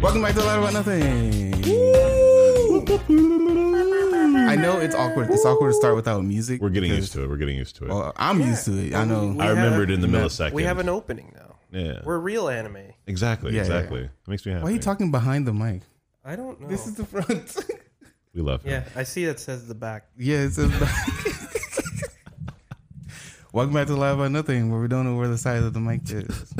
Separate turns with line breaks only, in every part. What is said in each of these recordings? Welcome back to Life About Nothing. I know it's awkward. It's awkward to start without music.
We're getting
because-
used to it. We're getting used to it.
Well, I'm used to it. I know.
I remembered in the
Yeah.
millisecond.
We have an opening now.
yeah.
We're real anime.
exactly.
Yeah, yeah,
exactly. It makes me happy.
Why are you talking behind the mic?
I don't know.
This is the front.
We love him.
yeah, I see it says the back.
yeah, it says back. Welcome back to Live About Nothing, where we don't know where the side of the mic is.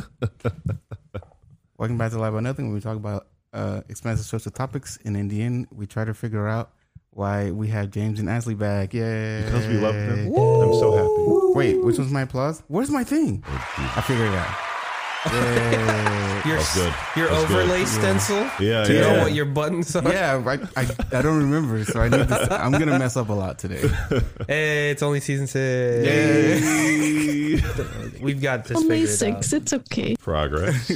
Welcome back to Live About Nothing, where we talk about uh, expensive social topics, and in the end, we try to figure out why we have James and Ashley back. Yeah,
Because we love them. I'm so happy.
Wait, which one's my applause? Where's my thing? I figured it out. Yay.
Your,
That's good.
your
That's good.
overlay stencil.
Yeah,
Do you
yeah.
know what your buttons are?
yeah, I, I, I don't remember, so I need this. I'm gonna mess up a lot today.
Hey, it's only season six. We've got this
Only
figured
six.
out.
It's okay.
Progress.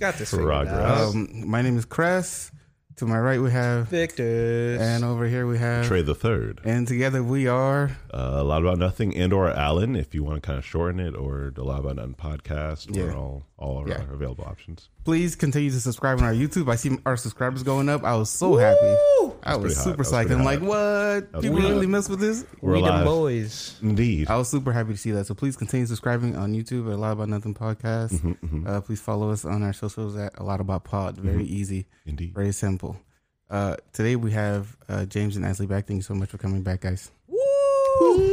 Got this figured out.
Progress.
Um, my name is Cress. To my right we have,
Victor.
and uh, over here we have,
Trey the third.
and together we are.
Uh, a lot about nothing and or Alan, if you want to kind of shorten it, or the lot about nothing podcast. We're
Yeah.
all all of
Yeah.
our available options.
Please continue to subscribe on our YouTube. I see our subscribers going up. I was so happy. I was
pretty hot.
super
That was
psyched.
pretty
I'm like,
hot.
what?
was
People
pretty
really
hot.
mess with this?
We're
we the
alive.
boys.
Indeed.
I was super happy to see that. So please continue subscribing on YouTube at A Lot About Nothing Podcast.
Mm-hmm,
Uh, please follow us on our socials at A Lot About Pod. Very easy,
Indeed.
very simple. Uh, today we have uh, James and Ashley back. Thank you so much for coming back, guys.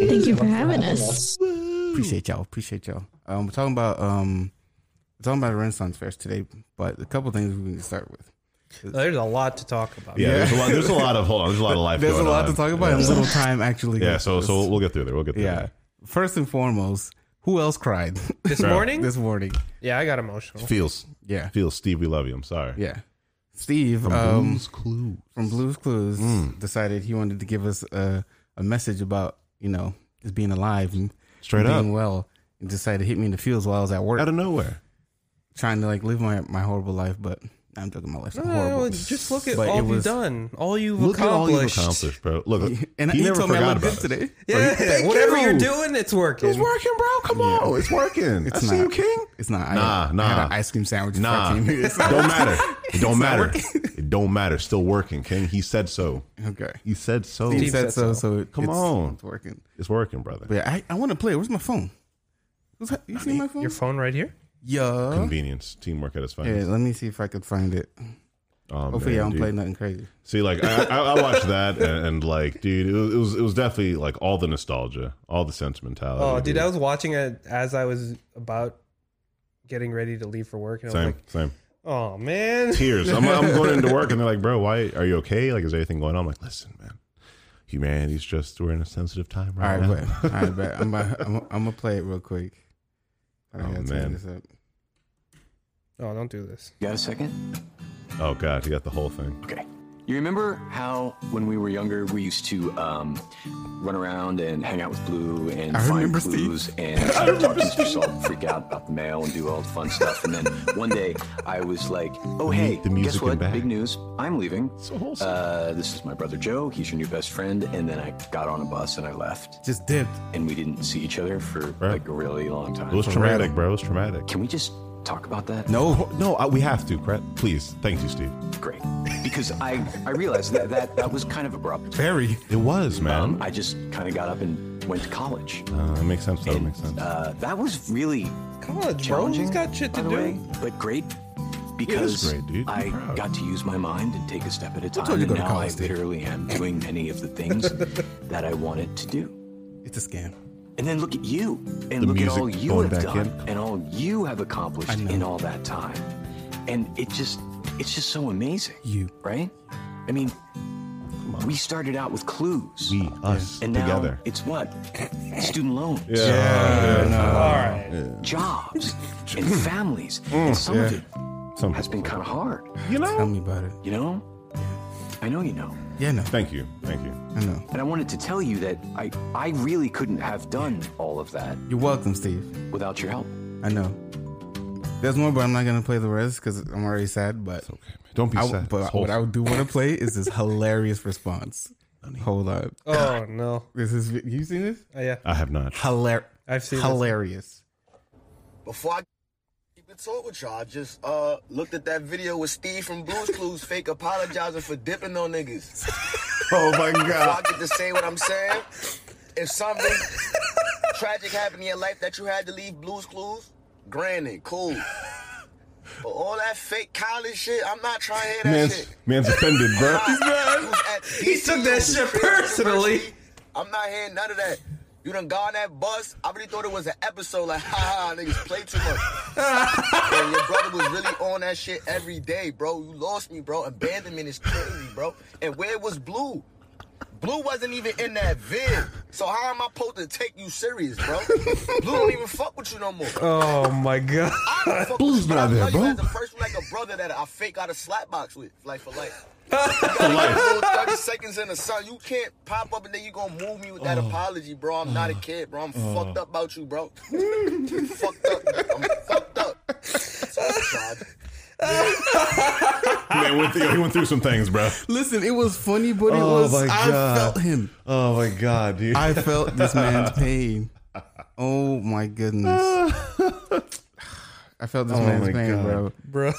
Thank you for having us.
Appreciate y'all. Appreciate y'all. Um, we're talking about um, we're talking about the Renaissance Fair today, but a couple things we need to start with.
There's a lot to talk about.
Yeah, there's a lot there's a lot of hold on, there's a lot of life.
There's a
going
lot
on.
to talk about
Yeah.
in little time, actually.
Yeah, so so we'll get through there. We'll get through
yeah.
there.
First and foremost, who else cried
This morning?
this morning?
yeah, I got emotional.
Feels
Yeah,
feels Steve, we love you. I'm sorry.
yeah. Steve, um,
Blue's Clues.
from Blues Clues decided he wanted to give us a, a message about you know just being alive and
Straight
being
up.
well, and decided to hit me in the feels while I was at work,
Out of nowhere.
trying to like live my my horrible life. But I'm joking, my life's not
No,
horrible.
no, just look at
But it
all
was-
you've done. All you've
Look at all
accomplished.
you've accomplished, bro. Look,
and
he
he
never
told me I
forgot
looked
about
good today.
us.
Yeah,
Thank
whatever
you.
you. are doing, it's working.
It's working, bro. Come on, it's working.
It's
I see you,
not.
King.
It's not.
Nah,
I,
nah.
I had an ice cream sandwich. before I
Nah,
came here. It's not-
don't matter. It don't matter.
working.
It don't matter. Still working, King. He said so.
okay.
He said so.
He said
said
so. So it-
Come
it's,
on.
it's working.
It's working, brother.
But yeah, I, I want to play. it. Where's my phone? Who's ha- you see my phone?
Your
Mm-hmm.
phone right here?
Yeah.
Convenience, teamwork at its
Yeah.
finest.
Let me see if I could find it.
Oh,
Hopefully,
man,
I don't
dude.
play nothing crazy.
See, like I, I, I watched that, and, and like, dude, it was, it was it was definitely like all the nostalgia, all the sentimentality.
Oh, dude, I was watching it as I was about getting ready to leave for work, and I
same,
was like,
same.
"Oh man,
Tears. I'm, I'm going into work, and they're like, "Bro, why are you okay? Like, is there anything going on?" I'm like, "Listen, man, humanity's just we're in a sensitive time
All
right
right,
now."
bet. All right, bet. I'm about, I'm, I'm gonna play it real quick. I
Oh,
gotta turn
man.
this up.
oh, don't do this."
You got a second?
Oh god, he got the whole thing.
Okay. You remember how when we were younger we used to um, run around and hang out with Blue and
I
find
remember Steve.
clues and try to talk to Mr. Salt, freak out about the mail and do all the fun stuff. And then one day I was like, "Oh
Meet
hey,
the music
guess what?
and bag.
Big news! I'm leaving.
So wholesome.
Uh, this is my brother Joe. He's your new best friend." And then I got on a bus and I left,
Just dipped.
and we didn't see each other for
Right.
like a really long time.
It was traumatic, bro. It was traumatic.
Can we just talk about that?
No, no, I, we have to, Brett. Please, thank you, Steve.
Great. Because I I realized that that, that was kind of abrupt.
Very.
It was, man.
Um, I just kind of got up and went to college.
uh, it makes sense. That
And,
makes sense.
Uh, that was really
College, bro.
challenging.
He's got shit
by
to
the way,
do.
but great because
great, dude. I'm
I
proud.
got to use my mind and take a step at a time.
told you to go
and
to
now
college,
I
dude?
literally am doing many of the things that I wanted to do.
It's a scam.
And then look at you,
The
and look at
music
all you
going
have
back
done,
in.
and all you have accomplished
I know.
in all that time. And it just, it's just so amazing,
You.
right? I mean, we started out with clues.
we, us,
And now
together.
it's what? Student loans,
All right,
jobs, and families. And some of it
Some
has been kind of hard,
you
Tell
know.
me about it.
you know? I know you know.
Yeah, no,
Thank you, thank you.
I know.
And I wanted to tell you that I, I really couldn't have done all of that
You're welcome, Steve.
without your help.
I know. There's more, but I'm not gonna play the rest because I'm already sad. But
Okay, man. Don't be
I,
sad.
but
It's
what
wholesome.
I do want to play is this hilarious response. Hold on.
oh no,
This is you seen this?
oh, yeah,
I have not.
Hilar-
I've seen this.
hilarious.
Before I Keep it short with y'all. I just uh looked at that video with Steve from Blues Clues fake apologizing for dipping on niggas.
Oh my
So I
god.
get to say what I'm saying. If something tragic happened in your life that you had to leave Blues Clues, granted, cool. But all that fake college shit, I'm not trying to hear that
Man's,
shit.
man's offended, bro.
He
took that shit personally.
I'm not hearing none of that. You done got on that bus. I really thought it was an episode. Like, ha ha, niggas play too much. and your brother was really on that shit every day, bro. You lost me, bro. Abandonment is crazy, bro. And where was Blue? Blue wasn't even in that vid. So how am I supposed to take you serious, bro? Blue don't even fuck with you no more.
Oh my god.
Blue's not there, bro.
That's the first like a brother that I fake out a slap box with, like for life. for Thirty seconds in the sun, you can't pop up and then you gonna move me with that apology, bro. I'm not a kid, bro. I'm fucked up about you, bro. fucked up. I'm fucked up. So I'm sorry.
Man went through, he went through some things, bro.
Listen, it was funny, but it
Oh
was.
my
I
God.
felt him.
Oh my god, dude.
I felt this man's pain. Oh my goodness. I felt this
Oh
man's
my
pain,
God.
bro.
Bro.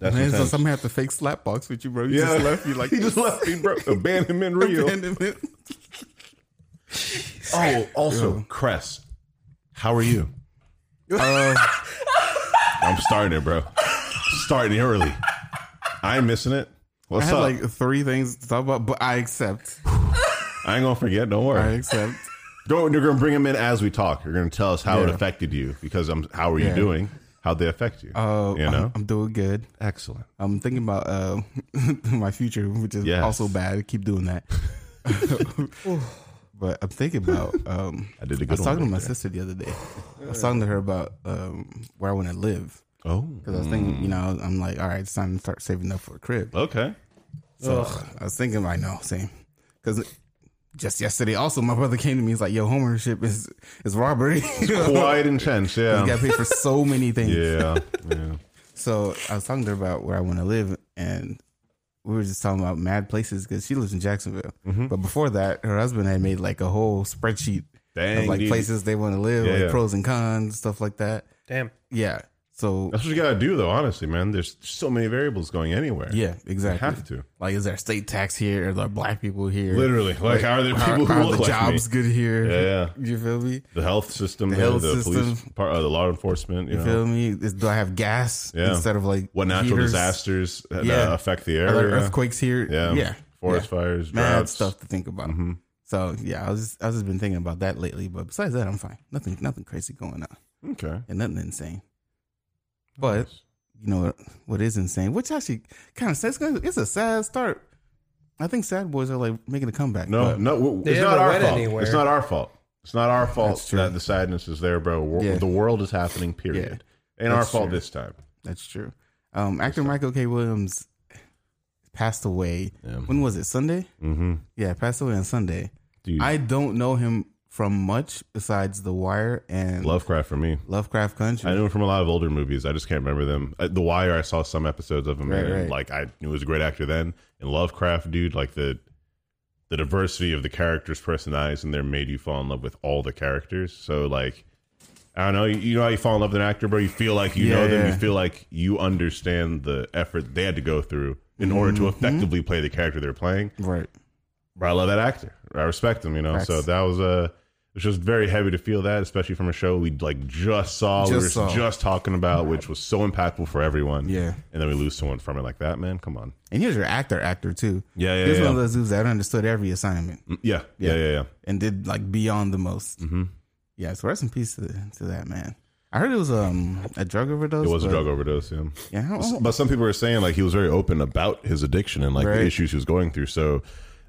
That's
Man, so
intense.
somebody have to fake slapbox with you, bro. You just left me like
he just left me, bro. Abandonment real.
abandonment.
Oh, also Cress, how are you?
Uh,
I'm starting it, bro. Starting it early. I ain't missing it.
I
What's
had
up?
like three things to talk about, but I accept.
I ain't gonna forget. Don't worry.
I accept.
Don't. You're gonna bring them in as we talk. You're gonna tell us how it
Yeah.
affected you because I'm. How are you
Yeah.
doing? How would they affect you?
Uh,
you know.
I'm, I'm doing good.
Excellent.
I'm thinking about uh, my future, which is
Yes.
also bad. I keep doing that. but I'm thinking about. Um,
I did a
I
good
was
one
talking to
right
my
there.
sister the other day. I was talking to her about um, where I want to live
Oh.
because I was thinking, you know, I'm like, all right, it's time to start saving up for a crib.
Okay.
So I was thinking, I know, same. Because just yesterday, also, my brother came to me. He's like, "Yo, homeownership is is robbery.
Quite intense.
you got
Yeah.
to pay for so many things."
Yeah. Yeah.
So I was talking to her about where I want to live, and we were just talking about mad places because she lives in Jacksonville.
Mm-hmm.
But before that, her husband had made like a whole spreadsheet
Dang,
of like
dude.
places they want to live,
Yeah,
like
yeah.
pros and cons, stuff like that.
Damn.
Yeah. So
That's what you gotta do, though. Honestly, man. There's so many variables going anywhere.
yeah,
You
exactly.
have to.
Like, is there state tax here? Are there black people here?
Literally. Like, how are there
How-
people
how
who
are
look
the
like
jobs
me?
good here?
Yeah, yeah.
You feel me?
The health system, the,
The health
the police,
system.
part, uh, the law enforcement. You,
You
know,
feel me? Is, do I have gas
Yeah.
instead of like
what natural
heaters?
disasters uh,
Yeah.
affect the
Are
area?
there earthquakes here?
Yeah.
yeah,
Forest
yeah.
fires,
mad
droughts. Mm-hmm.
stuff to think about. So yeah, I was just I was just been thinking about that lately. But besides that, I'm fine. Nothing nothing crazy going on
Okay.
and nothing insane. But you know what, what is insane, which actually kind of says it's a sad start. I think sad boys are like making a comeback.
No,
but
no, w-
They
it's not
haven't
our
went
fault.
anywhere.
It's not our fault. It's not our fault
That's true.
that the sadness is there, bro. Wor-
Yeah.
The world is happening. Period. Ain't our
That's
fault
true.
this time.
that's true. Um, actor Michael K. Williams passed away.
Yeah.
When was it? Sunday?
Mm-hmm.
Yeah, passed away on Sunday.
Dude,
I don't know him from much besides The Wire and
Lovecraft for me.
Lovecraft Country.
I knew him from a lot of older movies. I just can't remember them. Uh, The Wire, I saw some episodes of him.
Right,
and,
right.
Like I knew he was a great actor then. And Lovecraft, dude, like the the diversity of the characters' personalities and there made you fall in love with all the characters. So like, I don't know. You, you know how you fall in love with an actor, bro. You feel like you
Yeah,
know them.
yeah.
You feel like you understand the effort they had to go through in order to
Mm-hmm.
effectively play the character they're playing.
right.
Bro, I love that actor. I respect him. You know. So
Facts.
that was Uh, it was just very heavy to feel that, especially from a show we like just saw, we
Just
were
saw.
just talking about, which was so impactful for everyone.
Yeah.
and then we lose someone from it like that, man. Come on.
And here's your actor, actor too.
Yeah, yeah,
Here's
yeah.
one of those dudes that understood every assignment
Mm, Yeah, yeah, yeah, yeah.
and did like beyond the most. Mm-hmm. Yeah, so rest in peace to, to that man. I heard it was um a drug overdose.
It was a
but-
drug overdose. Yeah.
Yeah, I don't-
But some people were saying like he was very open about his addiction and like the
Oh. Right.
issues he was going through. So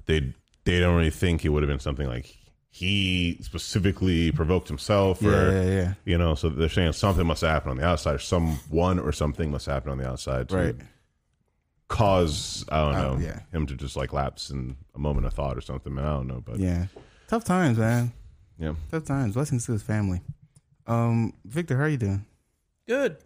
they they don't really think it would have been something like he specifically provoked himself or
Yeah, yeah, yeah.
you know. So they're saying something must happen on the outside, or someone or something must happen on the outside to
Right.
cause I don't know
Oh, yeah.
him to just like lapse in a moment of thought or something. I don't know, but yeah,
Yeah. Tough times, man. Tough times. Blessings to his family. Um, Victor, how are you doing?
Good.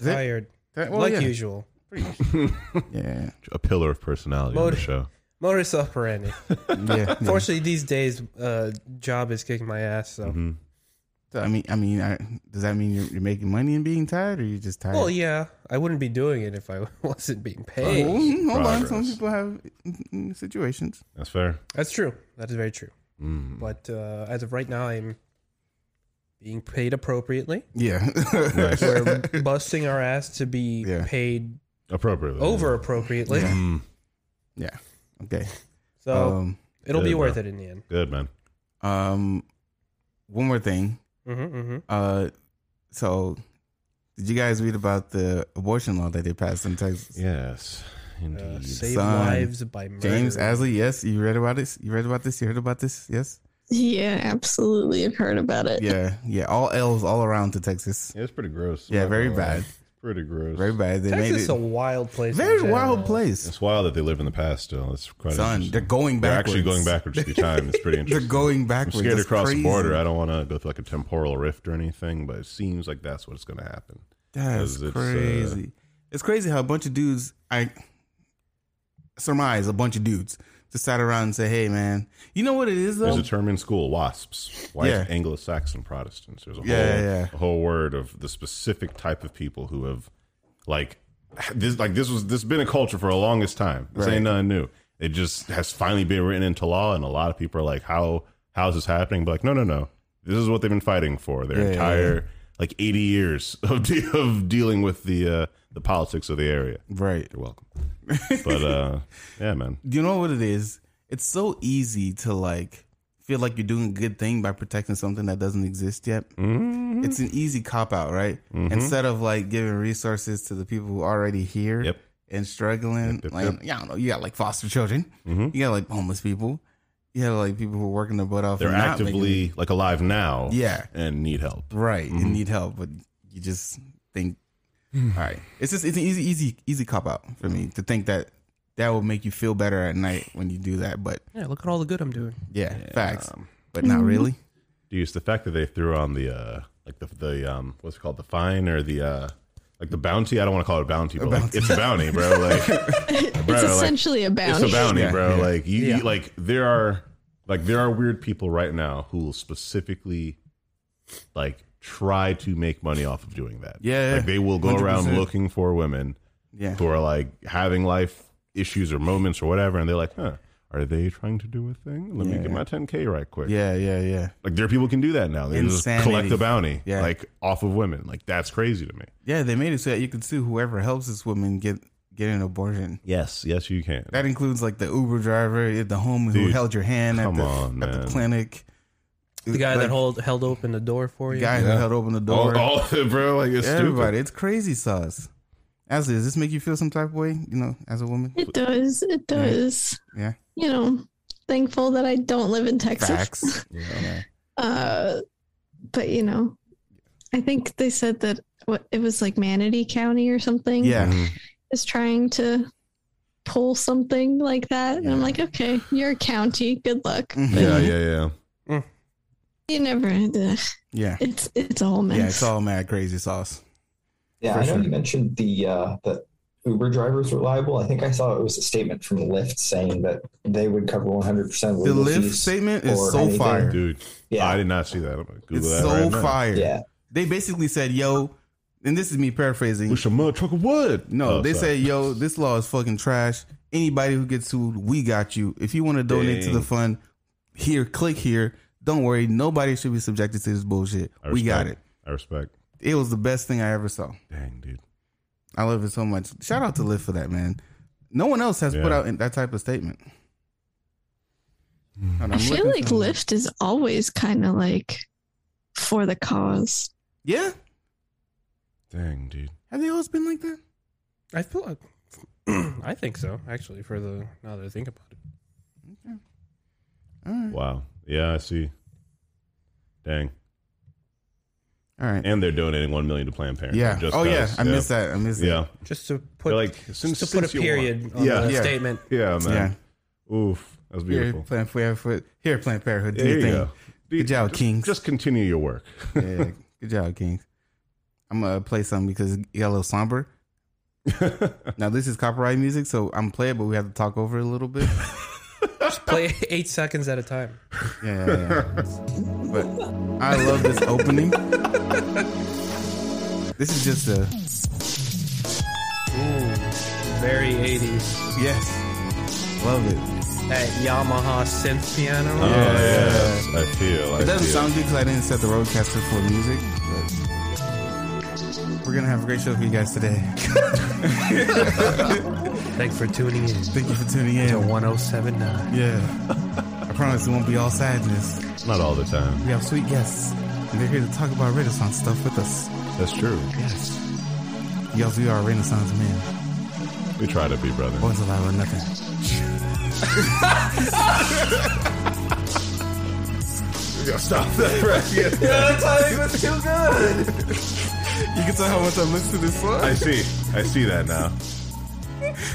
it?
Tired.
That- well,
like
yeah.
usual.
Yeah.
a pillar of personality on
Mode-
the show.
Modus operandi.
Yeah.
Mm-hmm.
Fortunately, these days, uh, job is kicking my ass. So
So I mean, I mean, I, does that mean you're, you're making money and being tired, or you're just tired?
Well, yeah, I wouldn't be doing it if I wasn't being
Well,
paid.
mm, hold on.
Progress.
Some people have mm, mm, situations.
That's fair.
That's true. That is very true.
Mm.
But uh, as of right now, I'm being paid appropriately.
Yeah.
Nice.
We're busting our ass to be
Yeah.
paid
Appropriately.
over appropriately.
Mm.
yeah. Okay.
So
Um,
it'll be
Good,
worth
bro.
it in the end.
Good man.
um, one more thing.
Mm-hmm, mm-hmm.
Uh, so did you guys read about the abortion law that they passed in Texas?
Yes. Indeed.
Uh, save
Son,
lives by murder.
James Asley, yes, you read about this. You read about this. You heard about this. Yes.
Yeah, absolutely. I've heard about
Uh,
it.
Yeah. Yeah. All L's all around to Texas.
Yeah, it's pretty gross.
Yeah,
Not
very
gonna lie.
bad.
It's pretty gross.
Very bad. They
Texas is
made
a
it
wild place. in
very
general.
wild place.
It's wild that they live in the past still. It's quite
Son,
interesting.
they're going
They're
backwards.
actually going backwards through time. It's pretty
They're
interesting.
going
I'm
backwards.
scared to
That's
cross
crazy.
the border. I don't want to go through like a temporal rift or anything, but it seems like that's what's going to happen.
That's
'Cause it's, uh,
crazy. it's crazy how a bunch of dudes, I surmise, a bunch of dudes just sat around and say, "Hey, man, you know what it is though."
There's a term in school, WASPs, white
Yeah.
Anglo-Saxon Protestants. There's a whole,
Yeah, yeah.
a whole word of the specific type of people who have, like, this like this was this has been a culture for the longest time. This
Right.
ain't nothing new. It just has finally been written into law, and a lot of people are like, "How how's this happening?" But like, no, no, no. This is what they've been fighting for their
Yeah, yeah,
entire like 80 years of de- of dealing with the uh, the politics of the area.
right.
You're welcome. But uh, yeah, man.
You know what it is? It's so easy to like feel like you're doing a good thing by protecting something that doesn't exist yet.
Mhm.
It's an easy cop out, right?
Mm-hmm.
Instead of like giving resources to the people who are already here
Yep.
and struggling,
Yep, yep,
like
yep.
yeah, I don't know, you got like foster children,
Mhm.
you got like homeless people, you got like people who are working their butt off.
They're
and not making it.
actively Mm-hmm. like alive now.
Yeah.
and need help.
right and need help, but you just think, all right, it's just it's an easy, easy, easy cop out for me to think that that will make you feel better at night when you do that. But
Yeah, look at all the good I'm doing.
yeah, facts,
Um,
but
Mm-hmm.
not really.
Deuce, the fact that they threw on the uh like the the um what's it called the fine or the uh like the bounty. I don't want to call it a bounty, but like, it's a bounty, bro. Like
It's
like,
essentially a
it's
bounty.
a bounty,
Yeah,
bro.
yeah.
Like you, you like there are like there are weird people right now who will specifically like try to make money off of doing that.
Yeah,
like
yeah.
they will go around
100%.
looking for women
Yeah,
who are like having life issues or moments or whatever, and they're like, huh, are they trying to do a thing? Let me
Yeah.
get my 10K right quick.
yeah, yeah, yeah,
Like there are people who can do that now. They just
Insanity.
collect the bounty,
Yeah.
like off of women. Like that's crazy to me.
yeah. They made it so that you can sue whoever helps this woman get get an abortion.
Yes, yes, you can.
That includes like the Uber driver, the homie who
Dude,
held your hand at
come
the,
on,
at the
man.
clinic,
The guy
Like,
that hold, held open the door for you.
guy
Yeah.
who held open the door.
all, all of it, bro. Like it's
Everybody, it's crazy sauce. Ashley, does this make you feel some type of way? You know, as a woman,
It does. It does.
Yeah.
You know, thankful that I don't live in Texas.
facts. Yeah.
Uh, but you know, I think they said that what it was like Manatee County or something
Yeah.
is trying to pull something like that, and I'm
Yeah. Mm-hmm.
like, okay, you're a county. Good luck.
stupid. Yeah, yeah, yeah.
You never. ugh,
Yeah.
It's it's a whole mess.
Yeah, it's all mad crazy sauce.
Yeah,
For
I know
sure.
you mentioned the uh, that Uber drivers were liable. I think I saw it was a statement from Lyft saying that they would cover 100 percent
The
legal
Lyft
fees.
statement is
or
so
anything.
fire.
Dude,
yeah,
I did not see that. I'm gonna Google
it's
that
so
right now.
fire.
yeah,
They basically said, yo, and this is me paraphrasing.
Wish a motherfucker would.
No,
Oh,
they
sorry.
said, yo, this law is fucking trash. Anybody who gets sued, we got you. If you want to donate to
Dang.
the fund, here, click here. Don't worry. Nobody should be subjected to this bullshit.
I
We got it.
respect. I respect.
It was the best thing I ever saw.
Dang, dude.
I love it so much. Shout out to Lyft for that, man. No one else has put
Yeah.
out that type of statement. Hold on,
I
I'm
feel
looking
like
for-
Lyft is always kind of like for the cause.
Yeah.
Dang, dude.
Have they always been like that?
I feel like I think so. Actually, for the now that I think about it,
All right.
Wow. Yeah, I see. Dang.
All right.
And they're donating one million to Planned Parenthood.
Yeah.
Just
Oh yeah.
'cause.
I missed that. I missed
Yeah.
just to put
They're like
just
since,
to put a
since you want-
period on
Yeah.
the
Yeah.
statement.
Yeah,
that. Yeah.
man. Oof. That was
Here,
beautiful.
Planned Parenthood. Here, Planned Parenthood. Do
There
your
you
thing.
go.
Good job,
just,
Kings.
Just continue your work.
yeah, yeah. Good job, Kings. I'm gonna play something because it got a little somber. now this is copyright music, so I'm gonna play it, but we have to talk over it a little bit.
Just play eight seconds at a time.
Yeah, yeah, yeah. but I love this opening. this is just a
Very 80s.
yes. Love it.
That Yamaha synth piano.
Oh, yes. I feel. I
It doesn't
feel.
sound good because I didn't set the roadcaster for music. But we're gonna have a great show for you guys today.
Thanks for tuning in
Thank you for tuning
to
in.
1079.
Yeah, I promise it won't be all sadness.
Not all the time.
We have sweet guests, and they're here to talk about Renaissance stuff with us.
That's true.
Yes, y'all, we are Renaissance men.
We try to be brother.
Boys alive or nothing.
Stop that, right? Yeah.
You can tell how much I listen to this song.
I see. I see that now.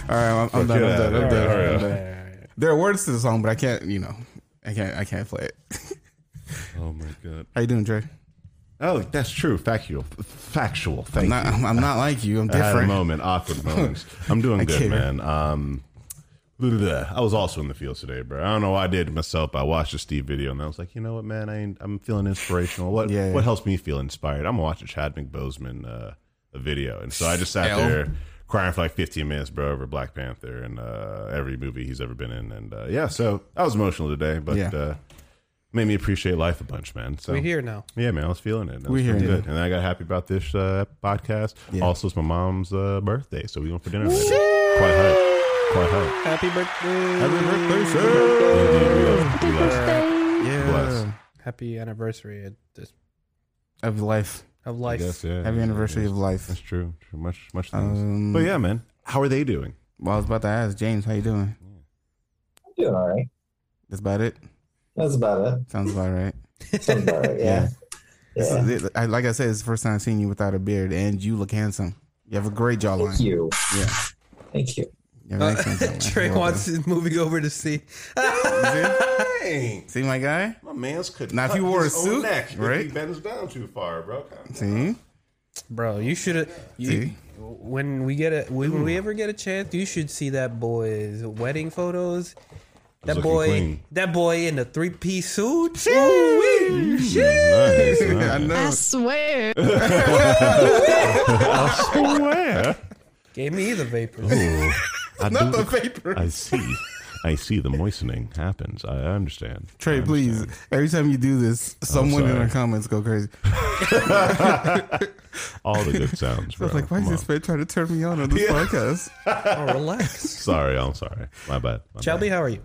All right, I'm, I'm done. I'm
yeah,
done. I'm
all
done.
right,
I'm
all
done. There are words to the song, but I can't. You know, I can't. I can't play it.
Oh my god.
How you doing, Dre?
Oh, that's true. Factual. Factual. Thank
I'm not.
you.
I'm, I'm not like you. I'm
I had a
different.
moment, awkward moments. I'm doing
I
good,
care.
man. Um, blah, blah, blah. I was also in the fields today, bro. I don't know what I did to myself. I watched a Steve video and I was like, you know what, man? I ain't, I'm feeling inspirational. What
Yeah.
what helps me feel inspired? I'm gonna watch a Chadwick Boseman uh, a video, and so I just sat
Hell.
there crying for like 15 minutes, bro, over Black Panther and uh, every movie he's ever been in, and uh, yeah, so I was emotional today, but
Yeah.
uh, made me appreciate life a bunch, man. So
We here now.
yeah, man, I was feeling it. I
We
was
hear
feeling
you.
good. And I got happy about this uh, podcast.
Yeah.
Also, it's my mom's uh, birthday, so we going for dinner. Later. Quite hype. Quite hype.
Happy birthday.
Happy birthday, sir. Happy
Yeah.
Bless.
Happy anniversary of, this,
Of life.
of life.
Happy anniversary of
That's
life.
true. True. Much, much thanks.
Um,
but yeah, man, how are they doing?
Well, I was about to ask James, how you doing?
Doing all right.
That's about it.
That's about
Sounds about right.
it. Sounds about right. Yeah.
This
yeah.
is- it- I- like I said, it's the first time I've seen you without a beard, and you look handsome. You have a great jawline.
Thank you.
Yeah.
Thank you.
You have an excellent
Uh,
jawline.
Trey
Well
wants is moving over to see.
Dang.
done. See my guy?
My man's could
Now, if
cut
you wore
his
a
own
suit,
neck if
right?
he bends down too far, bro.
See?
Bro, you should have.
See?
When we get a, when we ever get a chance, you should see that boy's wedding photos. That
looking
boy,
clean.
that boy in a three piece suit. Ooh-wee. Shit.
Mm, Nice,
I
nice.
know.
I swear.
Swear.
Gave me the vapors.
Ooh, I
Not the
do-
vapor.
I see. I see the moistening happens. I I understand. I
Trey,
understand.
please. Every time you do this, someone in
sorry.
our comments go crazy.
All the good sounds,
I
bro.
was like, why is
Come
this
on.
man trying to turn me on on this podcast?
Oh, relax.
Sorry, I'm sorry. My bad. My
Shelby,
bad.
how are you?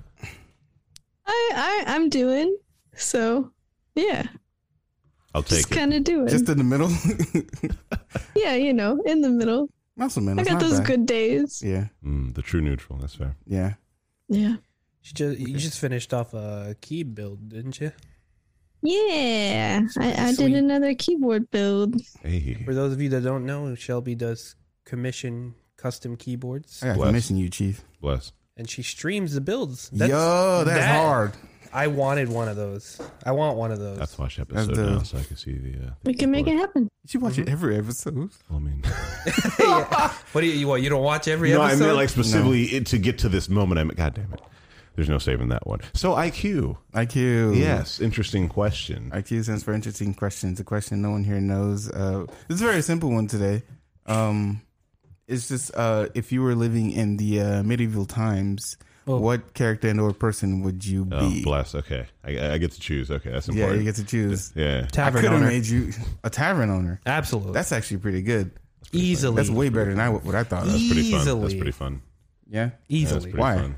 I, I I'm doing so. Yeah,
I'll take
just
it.
kind of doing.
Just in the middle?
yeah, you know, in the middle.
Muscle man.
I
it's
got
not
those
bad.
good days.
Yeah,
Mm, the true neutral. That's fair.
yeah.
Yeah.
She just, you just finished off a key build, didn't you?
Yeah, I, I
Sweet.
did another keyboard build.
Hey,
For those of you that don't know, Shelby does commission custom keyboards,
I got to
Bless.
commission you, Chief.
bless.
and she streams the builds.
Yo, that's
that-
hard.
I wanted one of those. I want one of those.
That's watch episode
the-
now, so I can see the. Uh, the
We can make it
keyboard.
happen.
You should watch it every episode.
I mean,
What do you, you what? You don't watch every
no, I
episode?
meant like specifically it, to get to this moment. I mean, God damn it, there's no saving that one. So IQ,
IQ.
yes, interesting question.
IQ stands for interesting questions. A question no one here knows. Uh, this is a very simple one today. Um, it's just uh, if you were living in the uh, medieval times,
Oh.
what character and or person would you
oh,
be?
bless. Okay, I, I get to choose. Okay, that's
yeah,
important.
you get to choose.
yeah,
I
tavern
could have
owner.
made you a tavern owner.
Absolutely.
That's actually pretty good.
easily.
That's way better than I, what I thought. Of.
that's pretty fun. That's
Easily.
pretty fun.
Yeah,
Yeah, that's
easily.
pretty
Why?
fun.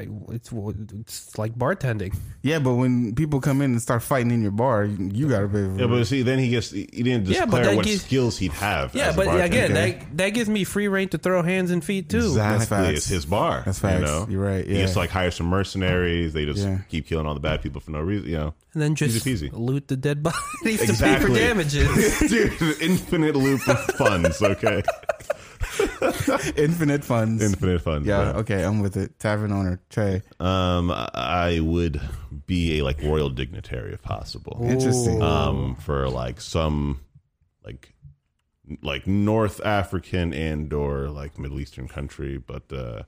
I- it's it's like bartending.
yeah. But when people come in and start fighting in your bar, you, you gotta pay for
Yeah,
it.
but see, then he gets he didn't
Mm-hmm. Yeah, but
declare
that
what
gives-
skills he'd have.
Yeah,
as a
but
bartender.
again, that that gives me free reign to throw hands and feet too.
exactly,
That's facts.
it's his bar.
That's
You
facts.
know?
You're right,
He
yeah.
gets to, like hire some mercenaries. They just
Yeah.
keep killing all the bad people for no reason. You know,
And then just
Easy peasy.
loot the dead bodies to pay
Exactly.
for damages.
dude, an infinite loop of funds. Okay,
Infinite funds.
infinite funds.
yeah,
bro.
okay, I'm with it. Tavern owner Trey.
Um, I would be a like royal dignitary if possible.
Interesting.
um for like some like like north african and or like middle eastern country but uh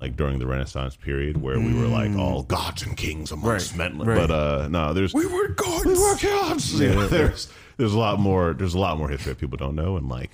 like during the Renaissance period where we were like all gods and kings amongst
Mm. Right,
men.
right.
But uh, no, there's
We were gods.
we were gods. You know,
yeah.
there's there's a lot more there's a lot more history that people don't know and like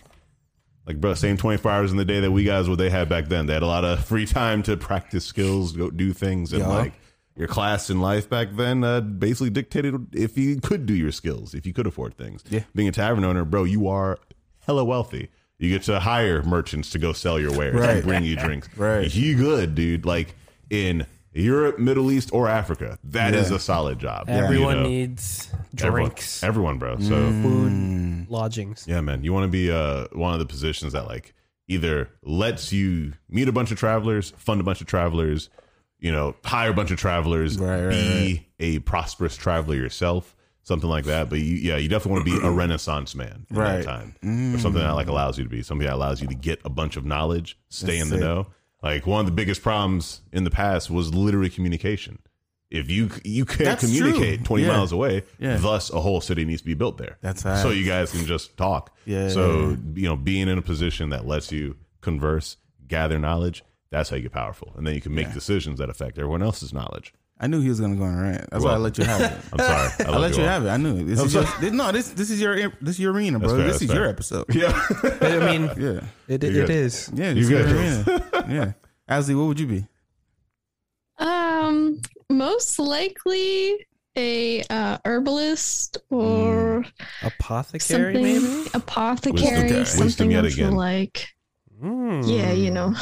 like bro, same 24 hours in the day that we guys what they had back then. They had a lot of free time to practice skills, go do things, and
Yeah.
like your class in life back then uh, basically dictated if you could do your skills, if you could afford things.
Yeah.
Being a tavern owner, bro, you are hella wealthy. You get to hire merchants to go sell your wares
Right.
and bring you drinks.
Right.
You good, dude. Like in Europe, Middle East, or Africa, that is
Yeah.
a solid job.
Everyone
you know?
needs
Everyone- Mm.
drinks,
Everyone, bro. So
Mm.
food, lodgings.
yeah, man, you want to be uh, one of the positions that like either lets you meet a bunch of travelers, fund a bunch of travelers, you know, hire a bunch of travelers,
Right, right,
be a prosperous traveler yourself, something like that. But you, yeah, you definitely want to be a Renaissance man in
Right. Mm.
that time, or something that like allows you to be something that allows you to get a bunch of knowledge, stay in the
That's it.
know. Like one of the biggest problems in the past was literally communication. If you you can't
That's true.
communicate twenty
Yeah.
miles away,
Yeah.
thus a whole city needs to be built there.
That's
so
facts.
you guys can just talk.
Yeah.
So you know, being in a position that lets you converse, gather knowledge, that's how you get powerful, and then you can make decisions that affect everyone else's knowledge.
I knew he was gonna go on a rant. That's why I
Well,
let you have it.
I'm sorry,
I let you have it. I knew it. This is your,
sorry.
this, no, this this is your this is your arena, bro.
fair,
this
that's
is
fair.
your episode.
Yeah.
But, I mean,
Yeah,
it,
You're
it
good.
is.
yeah.
You
This is your
good.
arena. Yeah, Asley, what would you be?
Um, most likely a uh, herbalist or
Apothecary,
something
maybe.
apothecary,
Wisdom.
something
Wisdom yet
of the
again.
like.
Mm.
Yeah,
Hmm.
you know,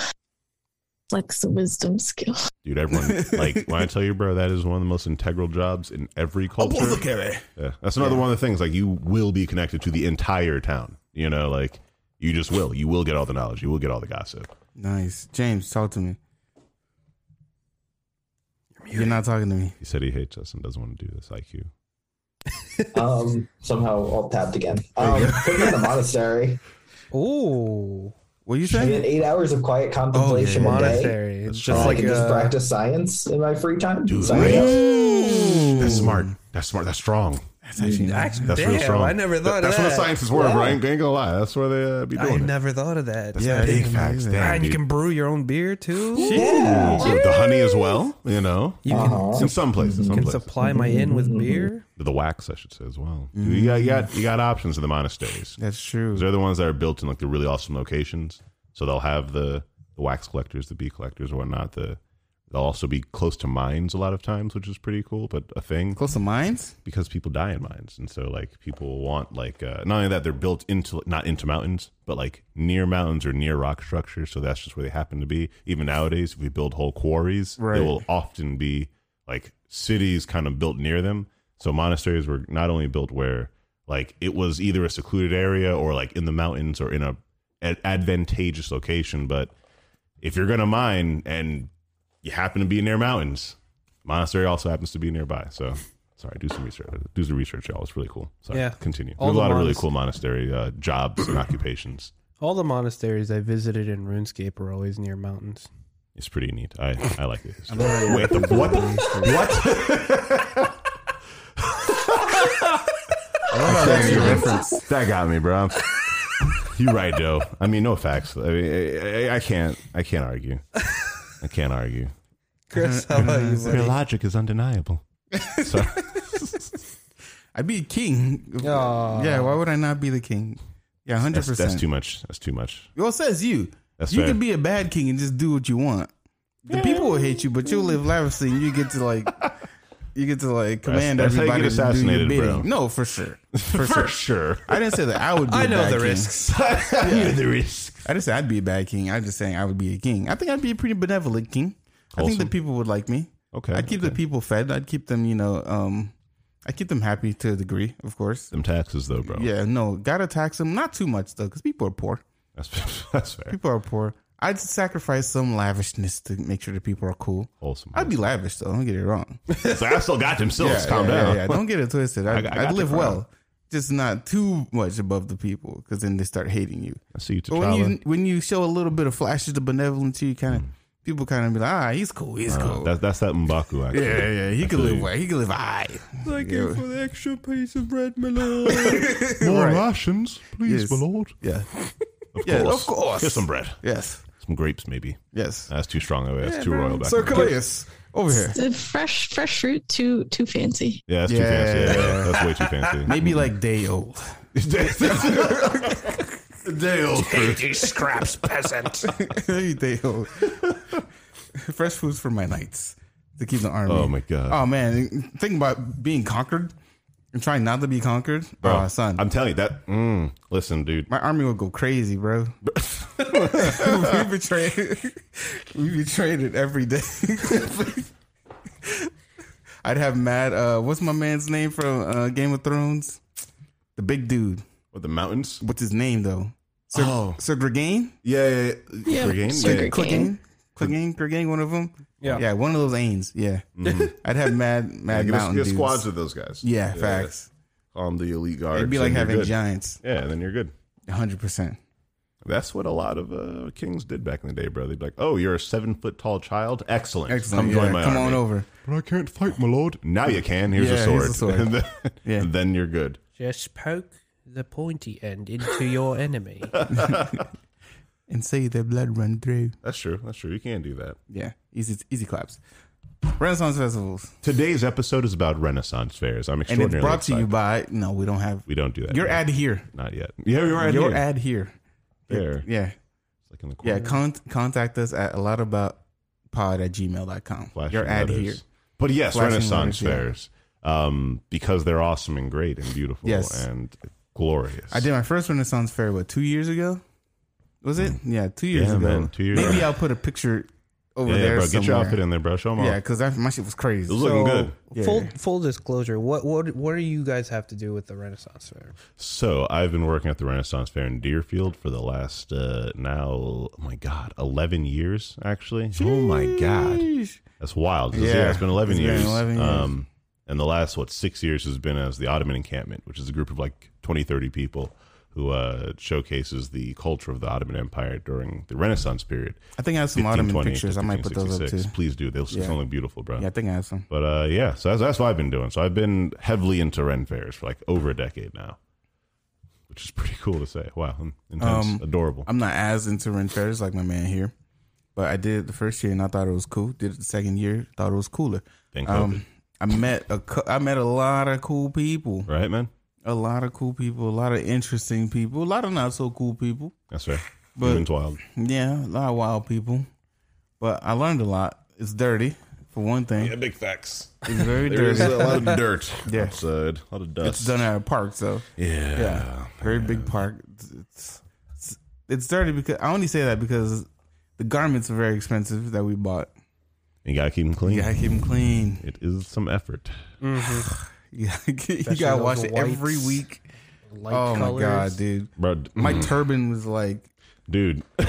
flex the wisdom skill.
Dude, everyone like when I tell you, bro, that is one of the most integral jobs in every
Oh,
culture. Yeah. That's another one of the things. Like you will be connected to the entire town. You know, like you just will. You will get all the knowledge. You will get all the gossip.
Nice, James. Talk to me. You're not talking to me.
He said he hates us and doesn't want to do this IQ.
Um, somehow all tapped again. Um, put me in a monastery.
Ooh,
What you
I
say?
get eight hours of quiet contemplation a day.
monastery. It's
And
just
I
like uh,
can just
a,
practice science in my free time. Uh,
Dude,
Sign me up.
That's smart. That's smart. That's strong.
That's actually
Actually,
That's
damn,
real strong.
I never thought
That's
of
what
that.
the scientists were, bro. I ain't, I ain't gonna lie. That's where they uh, be
I
doing it.
never thought of that.
That's
Yeah,
big
yeah,
facts.
yeah.
Damn,
and you
dude.
can brew your own beer too.
Yeah.
With the honey as well, you know.
You can,
Uh-huh.
In some places, some
can
places.
supply my inn with beer.
the wax, I should say, as well. You, got, you got you got options in the monasteries.
That's true.
They're the ones that are built in like the really awesome locations. So they'll have the, the wax collectors, the bee collectors, and whatnot. The they'll also be close to mines a lot of times, which is pretty cool. But a thing
Close to mines.
because people die in mines, and so like people want like uh, not only that they're built into not into mountains, but like near mountains or near rock structures. So that's just where they happen to be. Even nowadays, if we build whole quarries,
Right.
they will often be like cities kind of built near them. So monasteries were not only built where like it was either a secluded area or like in the mountains or in a an advantageous location, but if you're gonna mine and you happen to be near mountains, monastery also happens to be nearby. So sorry, do some research. Do some research, y'all. It's really cool. Sorry,
Yeah.
continue.
All
There's a
the
lot of really
monas-
cool monastery uh, jobs and occupations.
All the monasteries I visited in RuneScape are always near mountains.
It's pretty neat. I I like it. Wait, the, what? What? that got me, bro. You right, Joe. I mean, no facts. I, mean, I, I- I can't. I can't argue. I can't argue.
Chris, how about you?
Your
Buddy?
logic is undeniable. So,
I'd be king.
Aw.
Yeah. Why would I not be the king? Yeah, hundred
that's, that's
percent.
too much. That's too much.
Well, it says you.
That's
you
fair.
can be a bad king and just do what you want. The people will hate you, but you'll live lavishly and you get to like you get to like command
That's- that's how you
everybody
get
to do your
assassinated,
bidding.
bro.
No, for sure. For, sure.
For sure.
I didn't say that I would be
I
a
know
bad
the
king.
risks.
I knew the risk.
I just said I'd be a bad king. I'm just saying I would be a king. I think I'd be a pretty benevolent king. I think
Wholesome.
the people would like me.
Okay.
I'd keep the people fed. I'd keep them, you know, um I'd keep them happy to a degree, of course.
Them taxes, though, bro.
Yeah, no, gotta tax them. Not too much though, because people are poor.
That's, that's fair.
People are poor. I'd sacrifice some lavishness to make sure the people are cool.
Wholesome.
I'd be lavish though. Don't get it wrong.
It's like, I still got them silks.
Yeah,
Calm
yeah,
down.
yeah, yeah. Don't get it twisted. I'd,
got- I
I'd
got
live
the crown.
well, just not too much above the people, because then they start hating you.
I see you,
But when
T'Challa.
you when you show a little bit of flashes of benevolence, you kind of people kind of be like, ah, he's cool, he's cool.
That, Uh, that's that Mbaku action.
yeah, yeah, yeah, he could live well. He could live high.
Thank
you
for the extra piece of bread, my lord. More rations, please,
Yes.
my lord.
Yeah.
Of
Yeah,
course.
of course.
Here's some bread.
Yes.
Some grapes, maybe.
Yes.
That's too strong of it. That's
Yeah,
too
bro.
royal back.
Sir
in the day.
Callias, over here.
The fresh fresh fruit too too fancy.
Yeah, that's too
Yeah.
fancy. Yeah, yeah, that's way too fancy.
Maybe like day old.
day old fruit.
scraps, peasant.
day old. Fresh foods for my knights to keep the army.
Oh my god.
Oh man, think about being conquered and trying not to be conquered.
Bro,
oh son,
I'm telling you that. Mm, listen, dude.
my army will go crazy, bro. we betrayed, we betrayed it every day. I'd have mad. Uh, what's my man's name from uh, Game of Thrones? The big dude.
What the mountains?
What's his name though? Sir,
Oh.
Sir Gregane.
Yeah, yeah, yeah.
Yeah,
Clegane?
Sir
Yeah.
Clegane.
Clegane. Clegane. Clegane. One of them.
Yeah.
Yeah, one of those Ains. Yeah. I'd have mad,
Mm-hmm. Yeah,
mad
get, us,
mountain
get
dudes.
squads of those guys.
Yeah, facts.
On the elite guard.
It'd be like having giants.
Yeah, then you're good.
Hundred percent.
That's what a lot of uh, kings did back in the day, bro. They'd be like, "Oh, you're a seven foot tall child. Excellent.
Excellent.
Come join
yeah,
my
come
army."
on over.
But I can't fight, my lord. Now you can. Here's a
Yeah,
sword.
here's a sword.
and then,
Yeah.
and then you're good.
Just poke the pointy end into your enemy.
and see their blood run through.
That's true. That's true. You can do that.
Yeah, easy, easy claps. Renaissance festivals,
Today's episode is about Renaissance fairs. I'm
and
extraordinarily
it's brought to you
excited.
by. No, we don't have
We don't do that.
your
yet.
ad here.
Not yet. Yeah, you're ad.
your
here.
ad here.
There.
Yeah,
It's like in the corner.
yeah. Con- contact us at a lot about pod at gmail.com.
Flashing
your ad
letters.
here.
But yes,
Flashing
Renaissance
letters,
fairs. Um, because they're awesome and great and beautiful
Yes.
and glorious.
I did my first Renaissance fair what two years ago? Was it? Yeah, two years
Mm. Yeah,
ago.
man, two years
Maybe
ago.
I'll put a picture over
Yeah,
there.
bro, get your
somewhere.
outfit in there, bro. Show them
Yeah,
off.
because my shit was crazy.
It was looking good.
Yeah.
Full full disclosure. What what what do you guys have to do with the Renaissance Fair?
So I've been working at the Renaissance Fair in Deerfield for the last uh, now, oh my god, eleven years actually. Oh my god,
Sheesh.
that's wild. Yeah,
Yeah,
it's been 11
it's been
years.
11 years.
Um, and the last what six years has been as the Ottoman encampment, which is a group of like 20, 30 people who uh, showcases the culture of the Ottoman Empire during the Renaissance period.
I think I have some
1520
Ottoman
to
pictures. I might put those up too.
1566. Please do. They'll it's
Yeah.
only beautiful, bro.
Yeah, I think I have some.
But uh, yeah, so that's, that's what I've been doing. So I've been heavily into Ren fairs for like over a decade now, which is pretty cool to say. Wow, in- intense,
Um,
adorable.
I'm not as into rent fairs like my man here, but I did it the first year and I thought it was cool. Did it the second year, thought it was cooler.
Thank
Um, I met a cou- I met a lot of cool people,
COVID. right, man?
a lot of cool people, a lot of interesting people, a lot of not so cool people.
That's fair.
But-
Humans wild.
Yeah, a lot of wild people, but I learned a lot. It's dirty for one thing.
big facts.
It's very
There's
dirty.
a lot of dirt.
Yeah.
outside, a lot of dust.
It's done at a park, so
yeah.
Yeah, very big park. It's, it's it's dirty because I only say that because the garments are very expensive that we bought.
You gotta keep them clean.
You gotta keep them clean.
It is some effort.
You gotta, get- you
Especially
gotta
those
wash it every
whites,
week.
Light
Oh my
colors.
god, dude!
Bro, d-
My turban was like
dude,
I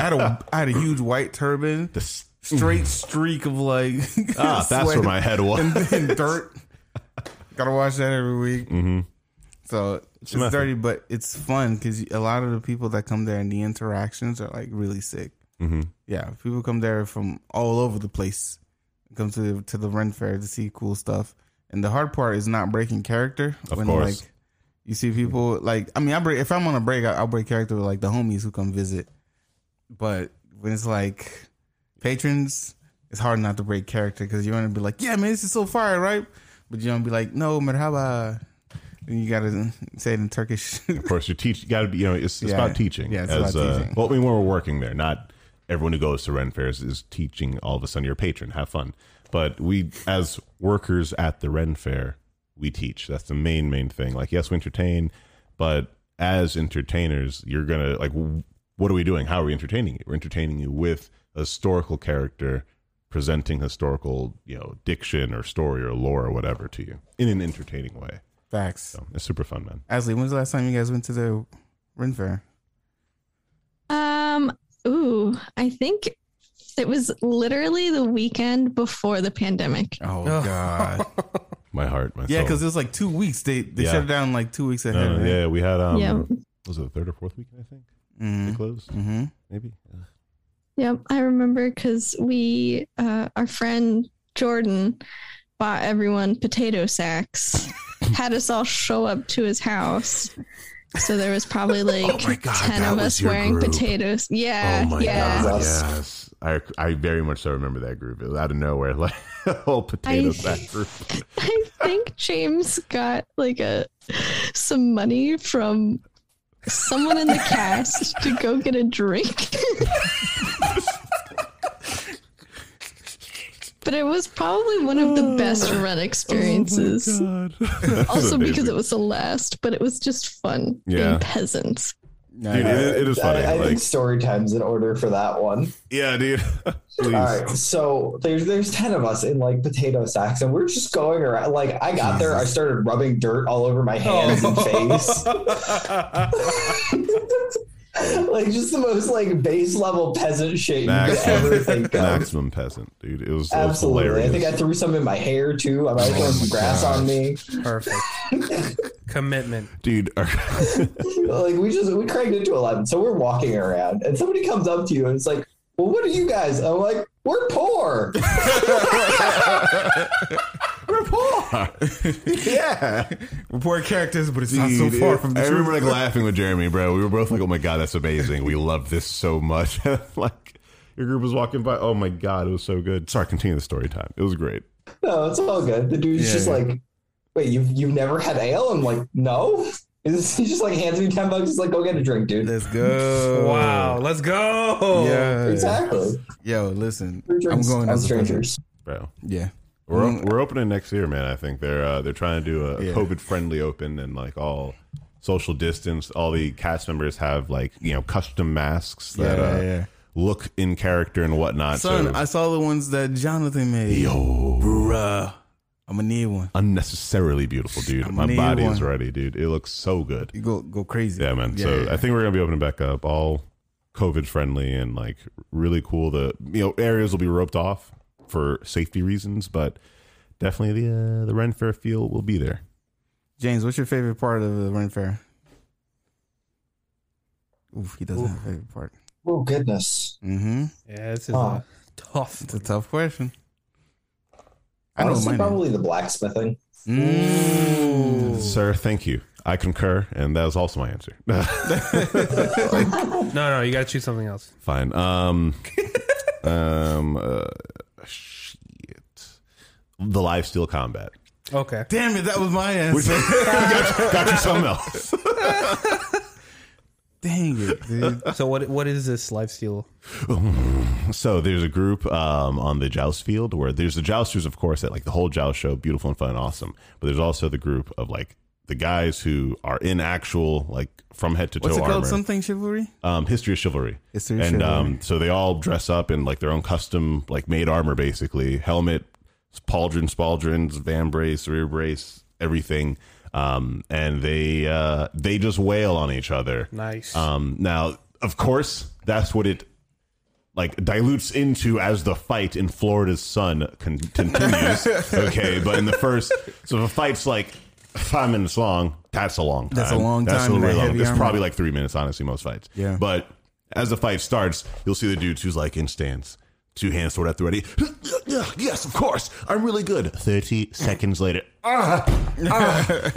had a I had a huge white turban,
the s-
straight streak of like
ah, that's where
sweat
my head was.
and, and dirt. gotta wash that every week.
hmm
So it's
Some effort.
dirty, but it's fun because a lot of the people that come there and the interactions are like really sick.
hmm
Yeah, people come there from all over the place. Come to the, to the Ren Fair to see cool stuff. And the hard part is not breaking character.
Of course.
Like, you see people like I mean I break if I'm on a break I, I'll break character with like the homies who come visit. But when it's like patrons, it's hard not to break character because you want to be like, yeah, man, this is so fire, right? But you want to be like, no, merhaba. And you gotta say it in Turkish.
Of course, you teach. You got to be. You know, it's, it's
Yeah.
about teaching.
Yeah, it's
as,
about
uh,
teaching.
Well, I mean, when we're working there, not everyone who goes to Ren Fairs is teaching. All of a sudden, your patron, have fun. But we, as workers at the Ren Fair, we teach. That's the main main thing. Like, yes, we entertain, but as entertainers, you're gonna like. w- What are we doing? How are we entertaining you? We're entertaining you with a historical character presenting historical, you know, diction or story or lore or whatever to you in an entertaining way.
Facts.
So it's super fun, man.
Asley, when's the last time you guys went to the Ren Fair?
Um ooh, I think it was literally the weekend before the pandemic.
Oh god.
My heart, my
Yeah,
soul.
because it was like two weeks. They they
Yeah.
shut it down like two weeks ahead.
No,
right?
yeah, we had um,
Yeah.
was it the third or fourth weekend? I think they
Mhm.
closed.
Mhm.
Maybe Uh,
Yep, I remember because we, uh, our friend Jordan, bought everyone potato sacks, had us all show up to his house, So there was probably like
Oh my God,
10
that
of
was
us
your
wearing
group.
potatoes. Yeah.
oh my
yeah.
god,
Yes.
yes. I I very much so remember that group. It was out of nowhere, like a whole potato sack group.
I think James got like a some money from someone in the cast to go get a drink. but it was probably one of the best run
Oh
experiences. also because it was the last, but it was just fun
Yeah.
being peasants.
Dude, it, it is funny.
I, I
like,
think story time's in order for that one.
yeah, dude. Please.
All right, so there's there's ten of us in like potato sacks, and we're just going around. Like I got there, I started rubbing dirt all over my hands and face. like just the most like base level peasant shit you could ever
Maximum,
think of.
maximum peasant, dude. It was, it was
Absolutely. I
hilarious.
think I threw some in my hair too. I might have thrown some grass on me.
Perfect. Commitment.
dude, our-
Like we just we cranked into eleven. So we're walking around and somebody comes up to you and it's like, Well, what are you guys? I'm like, We're poor.
yeah.
Report characters, but it's not
Dude,
so far
it-
from the
I remember
truth.
like laughing with Jeremy, bro. We were both like, "Oh my god, that's amazing! We love this so much!" like your group was walking by. Oh my god, it was so good. Sorry, continue the story time. It was great.
No, it's all good. The dude's
Yeah,
just
yeah.
like, Wait, you've you've never had ale? I'm like, No. He's he's just like hands me ten bucks, he's like, Go get a drink, dude.
Let's go.
Wow. Let's go.
Yeah.
Exactly.
Yo, listen.
Free
I'm
drinks
going
on
as a peasant.
strangers.
bro.
Yeah.
We're
Mm.
op- we're opening next year, man. I think they're uh, they're trying to do a
Yeah.
COVID friendly open and like all social distance. All the cast members have like you know custom masks that
Yeah,
uh,
yeah.
look in character and whatnot.
Son,
so
I saw the ones that Jonathan made.
Yo.
Bruh. I'm gonna need one.
unnecessarily beautiful, dude.
I'm
My
gonna need
body is
one.
ready, dude. It looks so good.
You go go crazy.
Yeah, man. so I think we're gonna be opening back up, all COVID friendly and like really cool. The you know areas will be roped off for safety reasons, but definitely the uh, the Ren Fair feel will be there.
James, what's your favorite part of the Ren Fair? Oof, he doesn't have a favorite part.
Oh goodness.
Mm-hmm.
Yeah, this is
Oh.
a tough.
It's a tough question. I don't
Honestly,
mind. it.
probably the blacksmithing.
Mm.
Sir, thank you. I concur, and that was also my answer.
No, no, you got to choose something else.
Fine. Um, um, uh, shit. The live steel combat.
Okay.
Damn it, that was my
Which
answer.
got, you, got you something else.
Dang it, dude.
So what what is this life steal?
So there's a group um, on the joust field where there's the jousters, of course, at like the whole joust show, beautiful and fun, and awesome. But there's also the group of like the guys who are in actual like from head to toe
What's it
armor.
called? Something chivalry?
um, History of Chivalry.
History of
and
Chivalry.
um, so they all dress up in like their own custom, like made armor, basically helmet, pauldron, pauldrons, van brace, rear brace, everything. Um, and they uh, they just wail on each other.
Nice.
Um, now, of course, that's what it like dilutes into as the fight in Florida's sun con- continues. okay, but in the first, so if a fight's like five minutes long, that's a long time.
That's a long
That's
time in
really
that
long.
heavy
It's
armor.
probably like three minutes, honestly, most fights.
Yeah.
But as the fight starts, you'll see the dudes who's like in stance. Two hands sword at the ready. Yes, of course. I'm really good. Thirty seconds later. Ah,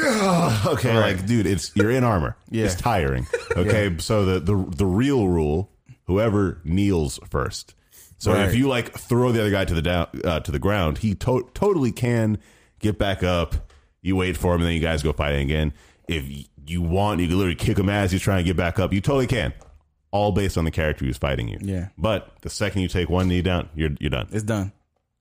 ah, okay, like dude, it's you're in armor.
Yeah.
It's tiring. Okay, so the, the the real rule: whoever kneels first. So
Right.
if you like throw the other guy to the down uh, to the ground, he to- totally can get back up. You wait for him, and then you guys go fighting again. If y- you want, you can literally kick him as he's trying to get back up. You totally can. All based on the character who's fighting you.
Yeah.
But the second you take one knee down, you're you're done.
It's done.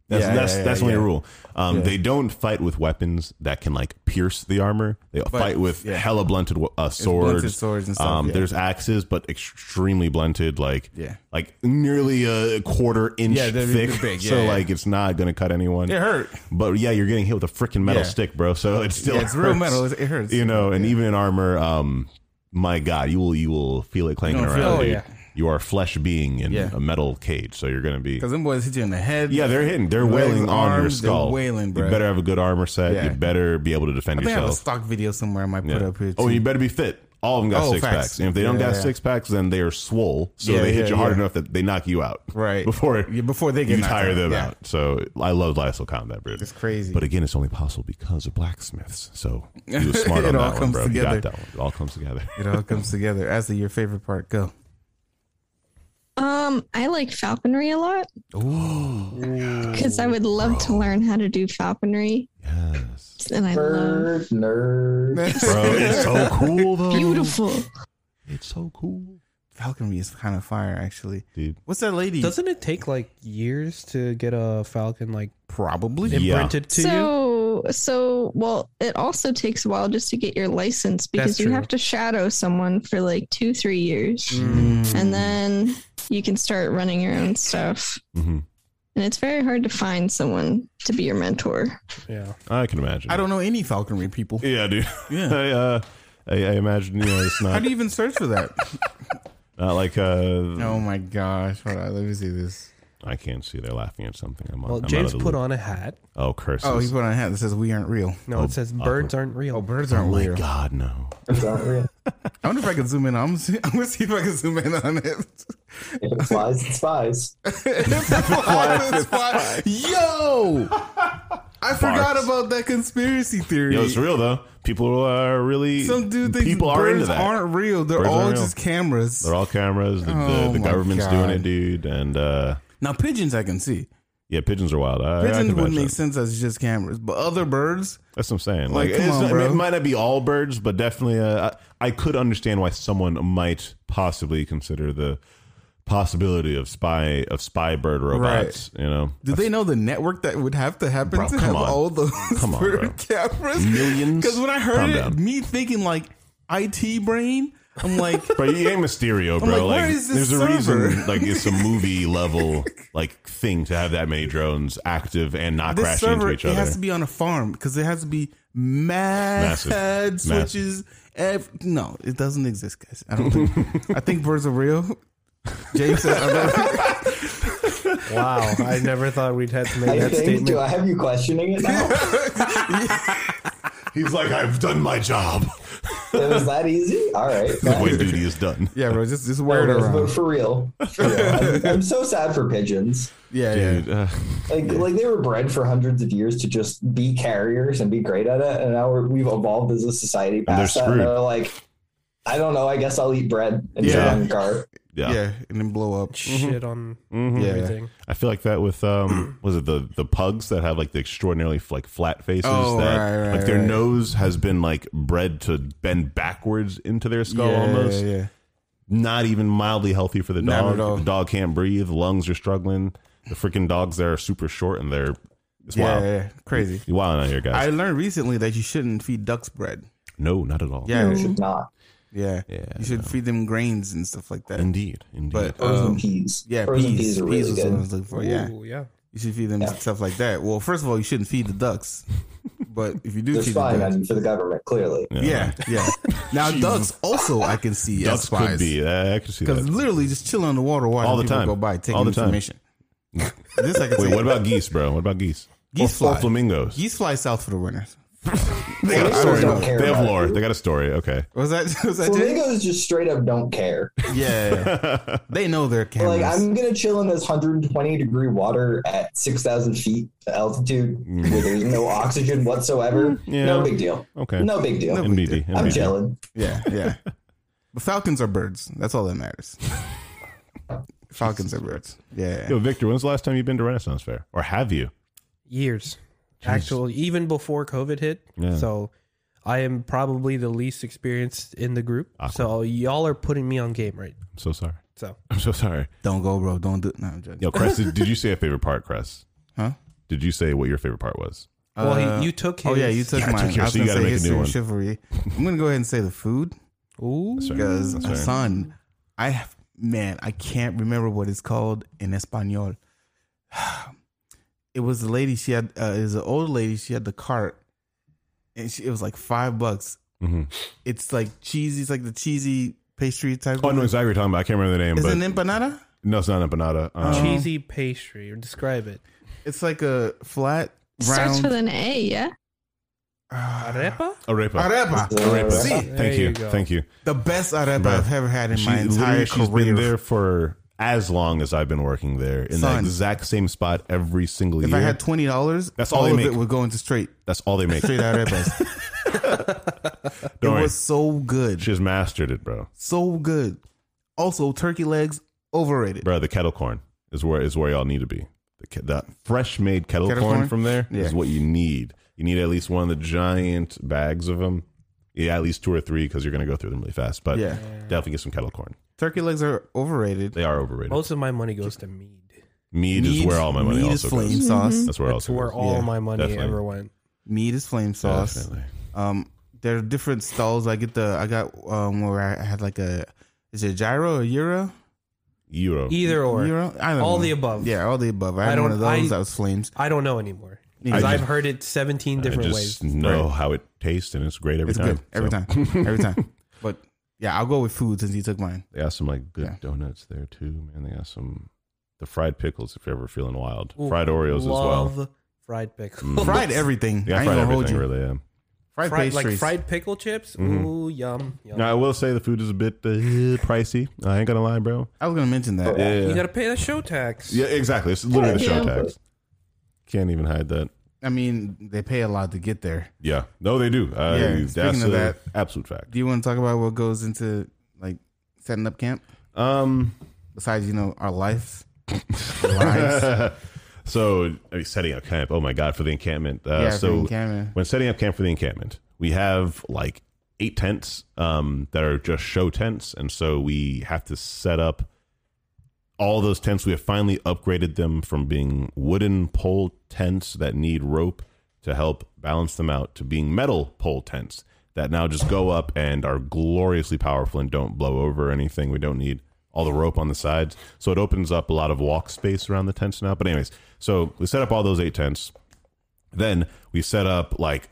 That's
Yeah,
that's
yeah,
that's
yeah,
only a
yeah.
rule. Um, They don't fight with weapons that can like pierce the armor. They fight with
yeah.
hella blunted uh, swords.
blunted swords and stuff,
Um,
yeah.
There's axes, but extremely blunted, like
Yeah.
like nearly a quarter inch
Yeah, they're-
thick.
they're big, yeah,
so
yeah.
like it's not gonna cut anyone.
It hurt.
but yeah, you're getting hit with a freaking metal
Yeah.
stick, bro. So it's still
Yeah, it's real
hurts.
metal. It hurts.
You know, and even in armor, um, my god, you will you will feel it clanking
You don't
around.
feel
it,
dude.
yeah.
You are a flesh being in
Yeah.
a metal cage, so you're gonna be
Because them boys hit you in the head.
yeah, they're hitting. They're
Legs,
wailing on your
arms, they're
skull.
wailing, bro.
You better have a good armor set.
Yeah.
You better be able to defend
I think I have a
yourself.
stock video somewhere I might put
Yeah.
up here. Too.
Oh, you better be fit. All of them got
Oh,
six
facts.
packs. And if they don't
Yeah,
got
yeah.
six packs, then they are swole. So
Yeah,
they hit
yeah,
you hard
yeah.
enough that they knock you out.
Right.
Before
Yeah, before they get
you
knocked
tire
out,
them
yeah.
out. So I love Lysol Combat Brew.
It's crazy.
But again, it's only possible because of blacksmiths. So he was smart
It
on
all
that one,
comes
bro.
together.
You got that one. It all comes together.
It all comes together. As to your favorite part, go.
Um, I like falconry a lot because I would love to learn how to do falconry,
yes.
and I love
Nerd, nerd.
Bro, it's so cool though.
beautiful.
It's so cool.
Falconry is kind of fire, actually.
Dude.
What's that lady?
Doesn't it take like years to get a falcon like
Probably.
Yeah.
imprinted to you?
So, so well, it also takes a while just to get your license because you
true.
have to shadow someone for like two, three years,
Mm.
and then you can start running your own stuff.
hmm
And it's very hard to find someone to be your mentor.
Yeah.
I can imagine.
I don't know any falconry people.
Yeah, dude.
Yeah.
I, uh, I, I imagine you know it's
How
not
do you even search for that?
not like uh.
oh my gosh! Hold on, let me see this.
I can't see. They're laughing at something. I'm,
Well,
I'm
James
out of the
put
loop.
on a hat.
Oh, curses!
Oh, he put on a hat that says "We aren't real."
No,
Oh,
it says
awkward.
birds aren't real.
Oh, birds
oh
aren't
my
real.
God, no!
It's not real.
I wonder if I can zoom in. I'm gonna, see, I'm gonna see if I can zoom in on it.
If it flies, it spies.
It's a fly, it's a fly. Yo, I forgot
Barks.
about that conspiracy theory.
Yo, it's real though. People are really
Some dude thinks
people are into
birds
that.
aren't real. They're
Birds
all
aren't real.
just cameras.
They're all cameras. The,
Oh
the, the
my
government's
God.
doing it, dude. And uh,
now pigeons, I can see.
yeah, pigeons are wild. I, I can
Pigeons would
imagine
make
that.
sense as just cameras, but other birds.
That's what I'm saying.
Like,
Like,
come
it's
on,
not-
bro.
it might not be all birds, but definitely, uh, I, I could understand why someone might possibly consider the possibility of spy of spy bird robots. You know,
Do they know the network that would have to happen
Bro,
to
come
have
on.
all those
Come on,
bird
bro.
cameras?
Millions?
Because when I heard
Calm
it,
down.
me thinking like IT brain, I'm like,
But you ain't Mysterio, bro.
like,
Like,
where is this
there's a
server?
reason. Like, it's a movie level like thing to have that many drones active and not
this
crashing
server
into
it
each other.
has to be on a farm because it has to be mad
Massive. Massive.
switches. Ev- no, it doesn't exist, guys. I don't think. I think birds are real. James says, I don't-
Wow. I never thought we'd had to make
I
that
think. Do
statement.
I have you questioning it now?
He's like, I've done my job.
it was that easy? All right.
the way duty is done.
yeah, bro, just just wear it
But
around.
for real, for real. I'm, I'm so sad for pigeons.
Yeah, yeah.
Dude, uh,
Like, like they were bred for hundreds of years to just be carriers and be great at it, and now we're, we've evolved as a society
they're
past that. And
screwed.
they're like, I don't know. I guess I'll eat bread and sit
Yeah.
on the car.
yeah.
yeah, and then blow up.
Shit on
Mhm.
Yeah.
everything.
I feel like that with um, was it the the pugs that have like the extraordinarily like flat faces
Oh,
that
right, right,
like their
right.
nose has been like bred to bend backwards into their skull
yeah,
almost.
yeah, yeah.
not even mildly healthy for the
Not
dog.
at all.
The dog can't breathe. The lungs are struggling. The freaking dogs there are super short and they're it's
Yeah,
wild.
yeah, yeah. crazy.
You're wild out here, guys.
I learned recently that you shouldn't feed ducks bread.
no, not at all.
Yeah,
You should not.
yeah,
Yeah,
You should feed them grains and stuff like that.
Indeed. Indeed.
but
Frozen
um,
peas.
yeah,
frozen
peas,
peas, are really
peas was what I
good.
was looking for. Oh, Yeah,
Ooh, yeah.
you should feed them
Yeah.
stuff like that. Well, first of all, you shouldn't feed the ducks. But if you do
They're
feed
spying
the
on
ducks,
you for the government, clearly.
yeah, yeah. Now
Jesus.
ducks also I can see
Ducks
as spies.
could be. I, I could see
Because
that.
literally just chilling on the water watching
All the
people
time.
go by taking
All the time.
information. this I can
Wait,
see.
what about geese, bro? What about geese?
Geese
or, or
fly.
flamingos?
geese fly south for the winters?
They got a
Flamingos
story.
don't care
They have
about
lore.
you.
They got a story. Okay.
Was that was that Jay?
Flamingos just straight up don't care.
Yeah, yeah, yeah. they know their cameras.
Like I'm gonna chill in this 120 degree water at 6,000 feet altitude
Mm.
where there's no oxygen whatsoever.
yeah.
No big deal.
Okay.
No big deal.
MBD.
I'm
MBD.
chilling.
Yeah, yeah. but falcons are birds. That's all that matters. falcons are birds. Yeah.
Yo, Victor, when's the last time you've been to Renaissance Fair? Or have you?
Years. Actual even before COVID hit.
Yeah.
So I am probably the least experienced in the group. So y'all are putting me on game right.
I'm so sorry.
So
I'm so sorry.
Don't go, bro. Don't do. No, I'm joking.
Yo, Cress, did, did you say a favorite part, Cress?
Huh?
Did you say what your favorite part was?
well
Uh,
he, you took his
Oh yeah, you took
Yeah, I took
mine. I,
yours,
was
so you
gonna
gotta
say
make a
history
new
and
one.
chivalry. I'm gonna go ahead and say the food
Ooh.
Sorry.
because
Sorry.
son, I have- man, I can't remember what it's called in Espanol. It was the lady. She had uh, is an old lady. She had the cart, and she, it was like five bucks.
Mhm.
It's like cheesy. It's like the cheesy pastry type.
Oh, I know
of-
exactly what you're talking about. I can't remember the name,
is
but
it Oh. an empanada?
no, it's not an empanada. Um,
Cheesy pastry. Describe it.
It's like a flat
Starts
round. uh,
with an A, yeah.
Arepa?
Arepa.
Arepa.
Arepa.
See,
Thank
you
you.
go.
Thank you.
the best arepa
Bruh.
I've ever had in
She,
my entire
literally, she's
career.
been there for as long as I've been working there in the
Son.
exact same spot every single
if
year.
I had twenty dollars,
That's all
all
they
of
make.
it would go into straight
That's all they make.
straight arepas. it
Don't worry.
was so good,
She's mastered it, bro.
so good. Also, turkey legs overrated.
Bro, the kettle corn is where is where y'all need to be. The, ke- that fresh made kettle,
Kettle
corn,
corn?
from there is
Yeah.
what you need. You need at least one of the giant bags of them. Yeah, at least two or three because you're gonna go through them really fast. But
Yeah.
definitely get some kettle corn.
Turkey legs are overrated.
They are overrated.
Most of my money goes to mead.
meat, is where all my money
meat
also
is flame
goes.
sauce.
That's where
That's
also
where
goes.
all
Yeah,
my money
definitely.
ever went.
Meat is
Oh,
flame sauce.
Definitely.
Um, there are different stalls. I get the I got um where I had like a is it gyro or euro?
Euro.
Either or.
euro? I don't
all
know.
the above.
Yeah, all the above. I
I
had one
don't-
of those
I-
that was flames.
I don't know anymore. Because
I
I've
just-
heard it 17 different
I just
ways.
know how it tastes and it's great every
It's
time.
good every
So,
time, every time. But yeah, I'll go with food since he took mine.
They got some like good
Yeah.
donuts there too, man. They got some the fried pickles if you're ever feeling wild.
Ooh,
fried Oreos as well.
Love fried pickles.
Mm.
Fried everything.
Yeah,
I ain't
fried
gonna hold
everything
you.
really. Yeah.
Fried,
Fried, like
pastries.
fried pickle chips.
Mm-hmm.
Ooh, yum. yum.
Now I will say the food is a bit uh, pricey. I ain't gonna lie, bro.
I was gonna mention that.
Yeah,
You got to pay the show tax.
yeah, exactly. It's literally the show
Yeah.
tax. Can't even hide that.
I mean, they pay a lot to get there.
Yeah, no, they do. Uh,
Yeah,
that's
speaking of
a
that-
absolute fact.
Do you want to talk about what goes into like setting up camp
Um,
besides you know our lives? lives.
Uh, so I mean, setting up camp. Oh my god, for the encampment. Uh,
yeah,
so
so camera.
when setting up camp for the encampment, we have like eight tents um, that are just show tents, and so we have to set up all those tents. We have finally upgraded them from being wooden pole tents that need rope to help balance them out to being metal pole tents that now just go up and are gloriously powerful and don't blow over or anything. We don't need all the rope on the sides, so it opens up a lot of walk space around the tents now. But anyways, so we set up all those eight tents. Then we set up like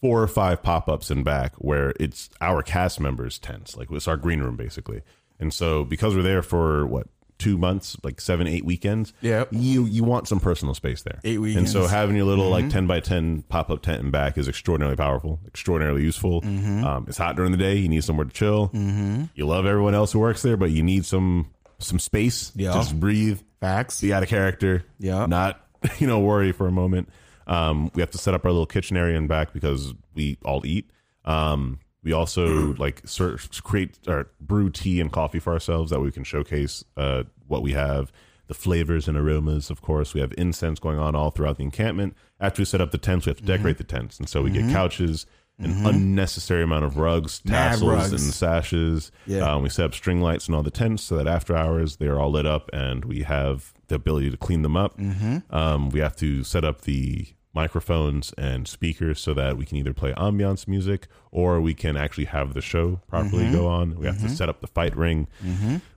four or five pop ups in back where it's our cast members' tents. Like it's our green room basically. And so because we're there for what two months, like seven, eight weekends,
Yep.
you you want some personal space there.
Eight
And so
weekends. Mm-hmm.
having your little like ten by ten pop up tent in back is extraordinarily powerful, extraordinarily useful.
Mm-hmm.
Um, it's hot during the day. You need somewhere to chill. You love everyone else who works there, but you need some some space.
Yeah.
Just breathe
Facts.
be out of character.
Yeah.
Not, you know, worry for a moment. Um, we have to set up our little kitchen area in back because we all eat. Um, we also like search, create or brew tea and coffee for ourselves that we can showcase uh, what we have, the flavors and aromas. Of course, we have incense going on all throughout the encampment. After we set up the tents, we have to
Mm-hmm.
decorate the tents, and so we get couches, an unnecessary amount of rugs,
Mad
tassels,
rugs.
and sashes.
Yeah.
Um, we set up string lights in all the tents so that after hours they are all lit up and we have the ability to clean them up.
Mm-hmm.
Um, we have to set up the microphones and speakers so that we can either play ambiance music or we can actually have the show properly
Mm-hmm.
go on. We have to set up the fight ring,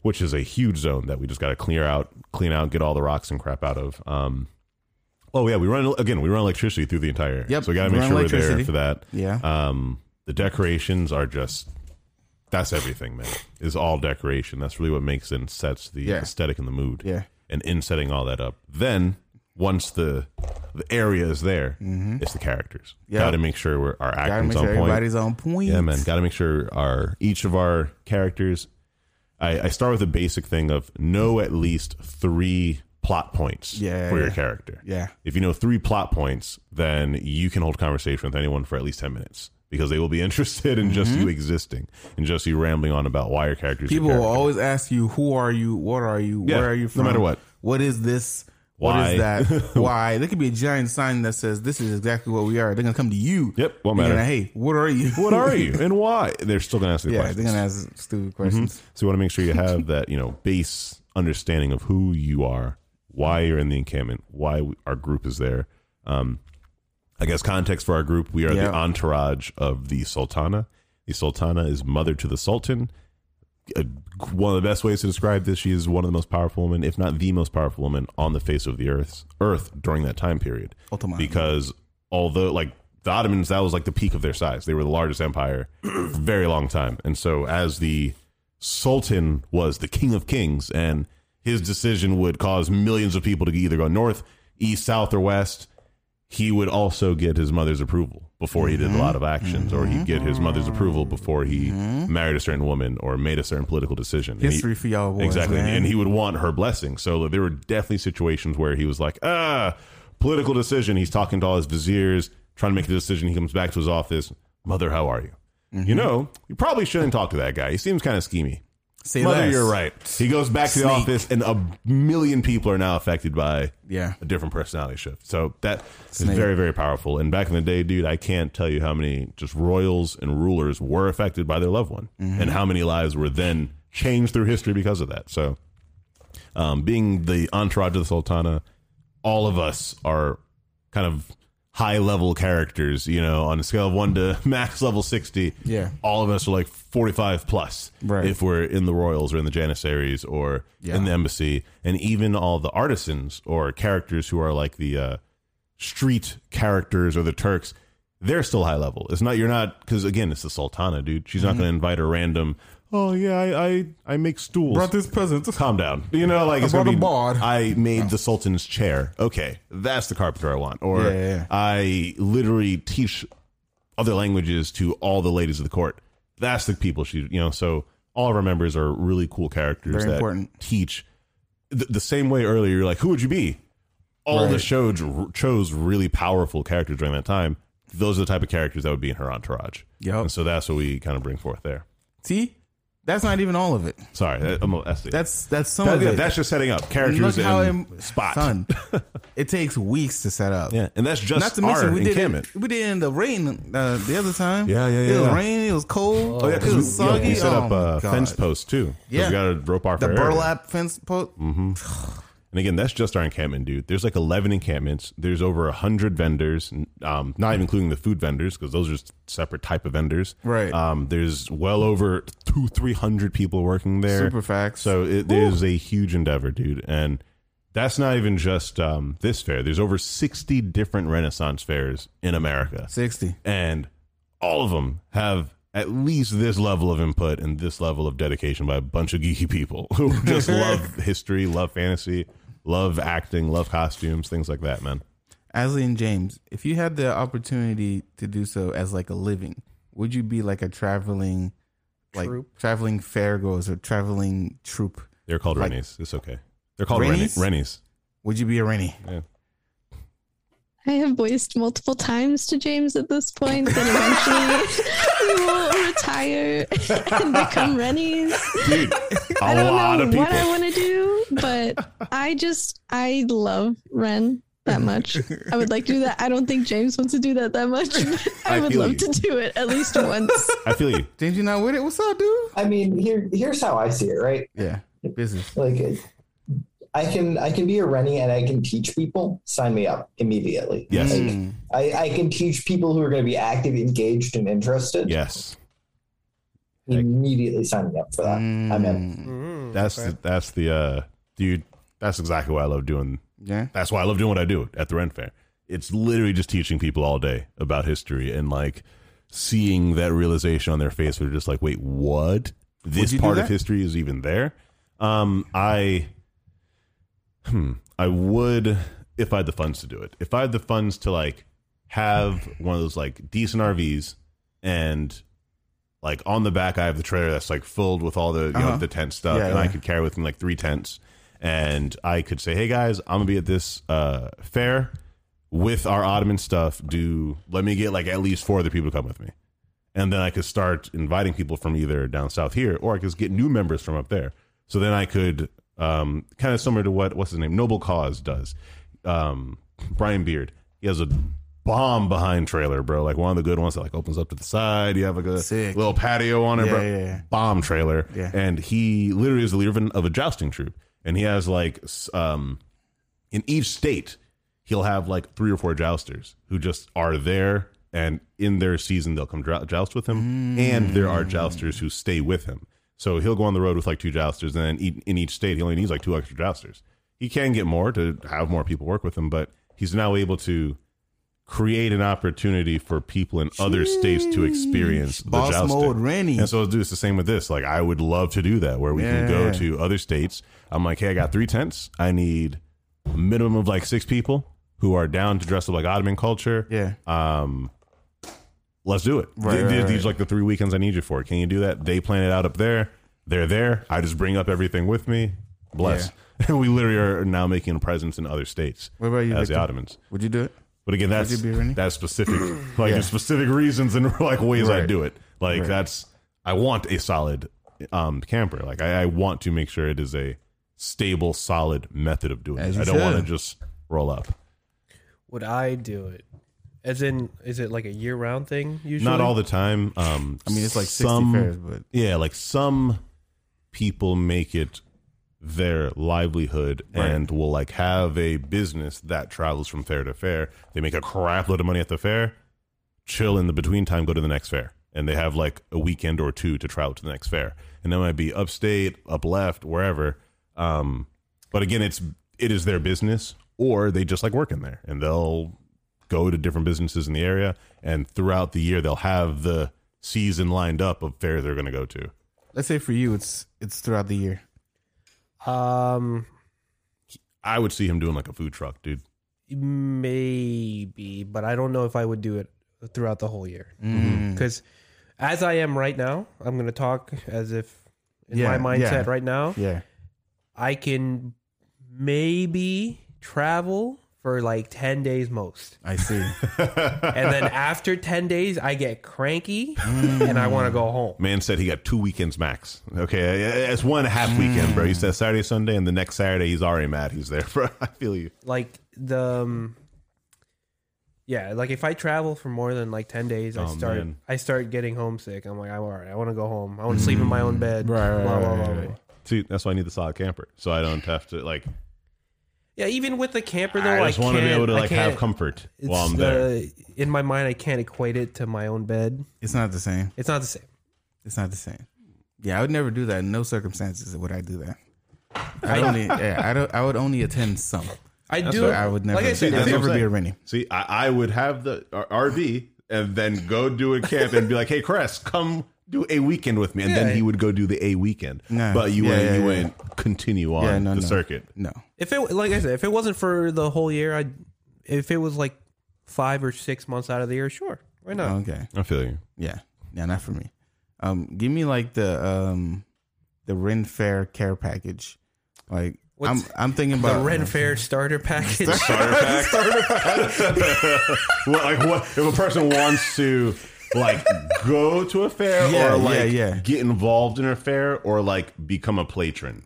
which is a huge zone that we just got to clear out, clean out, get all the rocks and crap out of. Um, oh yeah, we run again. We run electricity through the entire. area.
Yep,
So we got to
we
make
run
sure we're there
electricity.
for that.
Yeah.
Um, the decorations are just that's everything, man. Is all decoration. That's really what makes and sets the
Yeah.
aesthetic and the mood.
Yeah.
And in setting all that up, then once the the area is there, it's the characters.
Mm-hmm. Yeah.
Got to make sure we're, our
Gotta
acting's
make sure
on point.
everybody's on point.
Yeah, man. Got to make sure our each of our characters. I, I start with the basic thing of know at least three plot points
Yeah,
for your
yeah.
character.
Yeah.
If you know three plot points, then you can hold conversation with anyone for at least 10 minutes because they will be interested in just you existing and just you rambling on about why your character's a
Mm-hmm. People will
character.
always ask you, "Who are you? What are you?
Yeah,
Where are you
no
from?
matter what.
What is this? What
Why?
is that? Why? There could be a giant sign that says, "This is exactly what we are." They're gonna come to you.
Yep, won't
They're
matter.
gonna, hey, what are you?
What are you and why? They're still going to ask the
yeah,
questions. Mm-hmm.
they're gonna ask stupid questions.
So you want to make sure you have that, you know, base understanding of who you are, why you're in the encampment, why we- our group is there. Um, I guess context for our group: we are
Yeah.
the entourage of the Sultana. The Sultana is mother to the Sultan. Uh, one of the best ways to describe this: she is one of the most powerful women, if not the most powerful woman, on the face of the earth. Earth during that time period
Ottoman.
because although like the Ottomans, that was like the peak of their size. They were the largest empire for a very long time. And so as the Sultan was the king of kings, and his decision would cause millions of people to either go north, east, south, or west. he would also get his mother's approval before he did a lot of
Mm-hmm.
actions, or he'd get his mother's approval before he married a certain woman or made a certain political decision. And he-
History for y'all boys,
exactly,
man.
and he would want her blessing. So like, there were definitely situations where he was like, ah, political decision. He's talking to all his viziers, trying to make a decision. He comes back to his office, mother, how are you?
Mm-hmm.
You know, you probably shouldn't talk to that guy. He seems kind of schemy.
Say
Mother,
less.
you're right. He goes back to the
Sneak.
office, and a million people are now affected by
Yeah.
a different personality shift. So that is
Sneak.
very, very powerful. And back in the day, dude, I can't tell you how many just royals and rulers were affected by their loved one,
Mm-hmm.
and how many lives were then changed through history because of that. So, um, being the entourage of the Sultana, all of us are kind of high level characters, you know, on a scale of one to max level 60.
Yeah.
All of us are like 45 plus
Right.
if we're in the Royals or in the Janissaries or in the embassy. And even all the artisans or characters who are like the uh, street characters or the Turks, they're still high level. It's not, you're not, because again, it's the Sultana, dude. She's
Mm-hmm.
not going to invite a random, oh, yeah, I, I, I make stools.
Brought this present.
Calm down. You know, like it's
brought
gonna
a Oh.
be,
board.
I made the Sultan's chair. Okay, that's the carpenter I want. Or
Yeah, yeah, yeah.
I literally teach other languages to all the ladies of the court. That's the people she, you know. So all of our members are really cool characters
Very
that
important.
teach the, the same way earlier. You're like, who would you be? All the
Right.
shows chose really powerful characters during that time. Those are the type of characters that would be in her entourage.
Yup.
And so that's what we kind of bring forth there.
See, that's not even all of it.
Sorry, that- I'm, that's the
That's that's some
That-
of
yeah,
it.
that's just setting up characters
Oh, Look how
and
im-
spots.
Son, it takes weeks to set up.
Yeah, and that's just
Not to mention
our
we did
encampment.
it. We did it in the rain uh, the other time.
Yeah, yeah, yeah,
It was
yeah.
rain. It was cold.
Oh yeah,
it was
because we, yeah,
soggy.
we set up
Oh,
uh,
God.
fence posts too. 'Cause
Yeah.
we got to rope off
The
our area.
burlap fence post.
Mm. And again, that's just our encampment, dude. There's like 11 encampments. There's over 100 vendors, n- um, not even including the food vendors because those are just separate type of vendors.
Right.
Um, there's well over two, 300 people working there.
Super facts.
So it, there's a huge endeavor, dude. And that's not even just um, this fair. There's over 60 different Renaissance fairs in America.
sixty.
and all of them have at least this level of input and this level of dedication by a bunch of geeky people who just love history, love fantasy, love acting, love costumes, things like that, man.
Asley and James, if you had the opportunity to do so as like a living, would you be like a traveling, like
Troupe.
traveling fairgoers or traveling troop?
They're called
Like-
Rennies. It's okay. They're called Rennies.
Rennies?
Rennies.
Would you be a Rennie?
I have voiced multiple times to James at this point that eventually we will retire and become Rennies.
Dude,
I
a
don't
lot
know
of
what I
people.
want to do, but I just I love Ren that much. I would like to do that. I don't think James wants to do that that much. But I,
I
would
feel
love
you.
to do it at least once.
I feel you.
James, you not with it? What's up, dude?
I mean, here here's how I see it, right?
Yeah, business.
Like it- I can I can be a Rennie and I can teach people. Sign me up immediately.
Yes.
Like,
Mm.
I, I can teach people who are going to be active, engaged, and interested.
Yes.
Immediately sign me up for that. Uh, I'm in.
Mm.
That's the, that's the uh dude, that's exactly why I love doing
Yeah.
That's why I love doing what I do at the Ren Fair. It's literally just teaching people all day about history and like seeing that realization on their face where they're just like, wait, what? This
you do
part of
that?
history is even there. Um, I, hmm, I would if I had the funds to do it. If I had the funds to like have one of those like decent RVs and like on the back, I have the trailer that's like filled with all the you know
Uh-huh.
the tent stuff,
Yeah,
and I
yeah.
could carry with me like three tents, and I could say, "Hey guys, I'm gonna be at this uh, fair with our Ottoman stuff. Do let me get like at least four other people to come with me." and then I could start inviting people from either down south here, or I could get new members from up there. So then I could um, kind of similar to what what's his name Noble Cause does. Um, Brian Beard, he has a bomb behind trailer, bro. Like one of the good ones that like opens up to the side. You have like a
Sick.
little patio on it,
Yeah,
bro.
yeah, yeah.
Bomb trailer,
Yeah.
and he literally is the leader of, an, of a jousting troop, and he has like s- um, in each state he'll have like three or four jousters who just are there and in their season they'll come jou- joust with him and there are jousters who stay with him so he'll go on the road with like two jousters and then eat- in each state he only needs like two extra jousters he can get more to have more people work with him but he's now able to create an opportunity for people in other states to experience the
Boss
jousting.
mode Rennie.
And so let's do it's the same with this. Like I would love to do that where we can go
Yeah.
to other states. I'm like, hey, I got three tents. I need a minimum of like six people. who are down to dress up like Ottoman culture.
Yeah.
Um, let's do it.
Right,
Th- th-
right,
These
right.
like the three weekends I need you for. Can you do that? They plan it out up there. They're there. I just bring up everything with me. Bless. we literally are now making a presence in other states
What about you?
as the
Victor?
Ottomans.
Would you do it?
But again, that's
it be Rennie?
that's specific. Like there's specific reasons and like ways I
Right.
do it. Like
Right.
that's I want a solid um camper. Like I, I want to make sure it is a stable, solid method of doing
As
it.
you
I don't want to
should.
just roll up.
Would I do it? As in, is it like a year round thing usually?
Not all the time. Um
I mean, it's like 60
some-
fairs, but
Yeah, like some people make it their livelihood and will like have a business that travels from fair to fair. They make a crap load of money at the fair, chill in the between time, go to the next fair. And they have like a weekend or two to travel to the next fair. And that might be upstate, up left, wherever. Um, but again, it's it is their business, or they just like working there, and they'll go to different businesses in the area, and throughout the year they'll have the season lined up of fairs they're going to go to.
let's say for you, it's it's throughout the year.
Um,
I would see him doing like a food truck, dude.
maybe, but I don't know if I would do it throughout the whole year.
Mm-hmm.
Because as I am right now, I'm going to talk as if in
Yeah,
my mindset
yeah.
right now,
Yeah.
I can maybe travel for like 10 days most.
I see.
And then after 10 days, I get cranky
Mm.
and I want to go home.
Man said he got two weekends max. Okay, it's one and a half weekend, bro. He said Saturday, Sunday, and the next Saturday he's already mad he's there, bro. I feel you.
like the um, yeah like if i travel for more than like 10 days i
Oh,
start
man.
i start getting homesick i'm like i'm all right i want to go home i want to sleep in my
Mm.
own bed
Right, right,
blah,
right,
blah,
right,
blah,
right.
blah.
See, that's why I need the solid camper, so I don't have to like.
yeah even with the camper though
I
i,
just want to be
can't-
able to
I
like have
can't-
comfort
it's,
while I'm there.
uh, in my mind i can't equate it to my own bed
It's not the same.
it's not the same
It's not the same. Yeah, I would never do that. In no circumstances would I do that. I
I-
only, yeah, I don't. I would only attend some.
i
That's
do
what
But I would never.
like i said
See,
I'd
that's what
never
I'm
be a
saying.
Rennie.
See, I, I would have the uh, R- RV and then go do a camp and be like, "Hey, Chris, come do a weekend with me," and
Yeah.
then he would go do the a weekend.
No.
But you
Yeah,
wouldn't,
yeah,
you
yeah.
wouldn't continue on
Yeah, no,
the
no.
circuit.
No.
if it like i said if it wasn't for the whole year i if it was like five or six months out of the year sure why not
Okay.
I feel you.
Yeah. Yeah. Not for me. Um, give me like the um, the Ren Fair care package. Like
What's-
I'm, I'm thinking
the
about
Ren Fair starter package.
Well, like, what if a person wants to like go to a fair
Yeah,
or like
yeah, yeah.
get involved in a fair or like become a patron?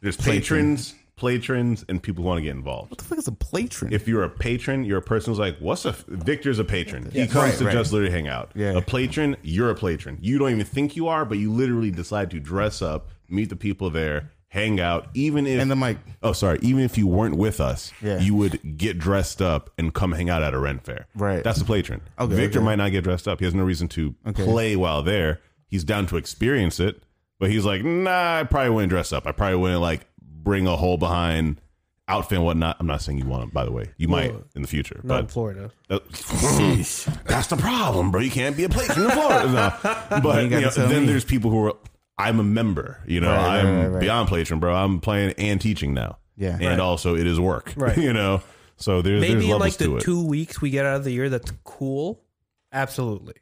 There's patrons, patrons, and people who want to get involved.
What the fuck is a platron?
if you're a patron, you're a person who's like, what's a Victor's a patron. he comes
Right,
to
right.
just literally hang out.
Yeah.
A patron, you're a patron. You don't even think you are, but you literally decide to dress up, meet the people there, hang out, even if
and the mic.
oh sorry, even if you weren't with us,
Yeah.
you would get dressed up and come hang out at a rent fair.
Right.
That's a patron.
Okay,
Victor
okay.
might not get dressed up. He has no reason to
Okay.
play while there. He's down to experience it, but he's like, nah, I probably wouldn't dress up. I probably wouldn't like bring a whole behind outfit and whatnot. I'm not saying you want to, by the way. You might in the future,
Not in
but
Florida.
that- that's the problem, bro. You can't be a patron in Florida. No. But
You
you
gotta
know,
tell
then
me.
there's people who are. I'm a member, you know.
Right, right,
I'm
right, right.
beyond patron, bro. I'm playing and teaching now
Yeah.
and also it is work.
Right.
you know, so there's there's
Maybe in
levels
like
to
the
it.
two weeks we get out of the year that's cool. Absolutely.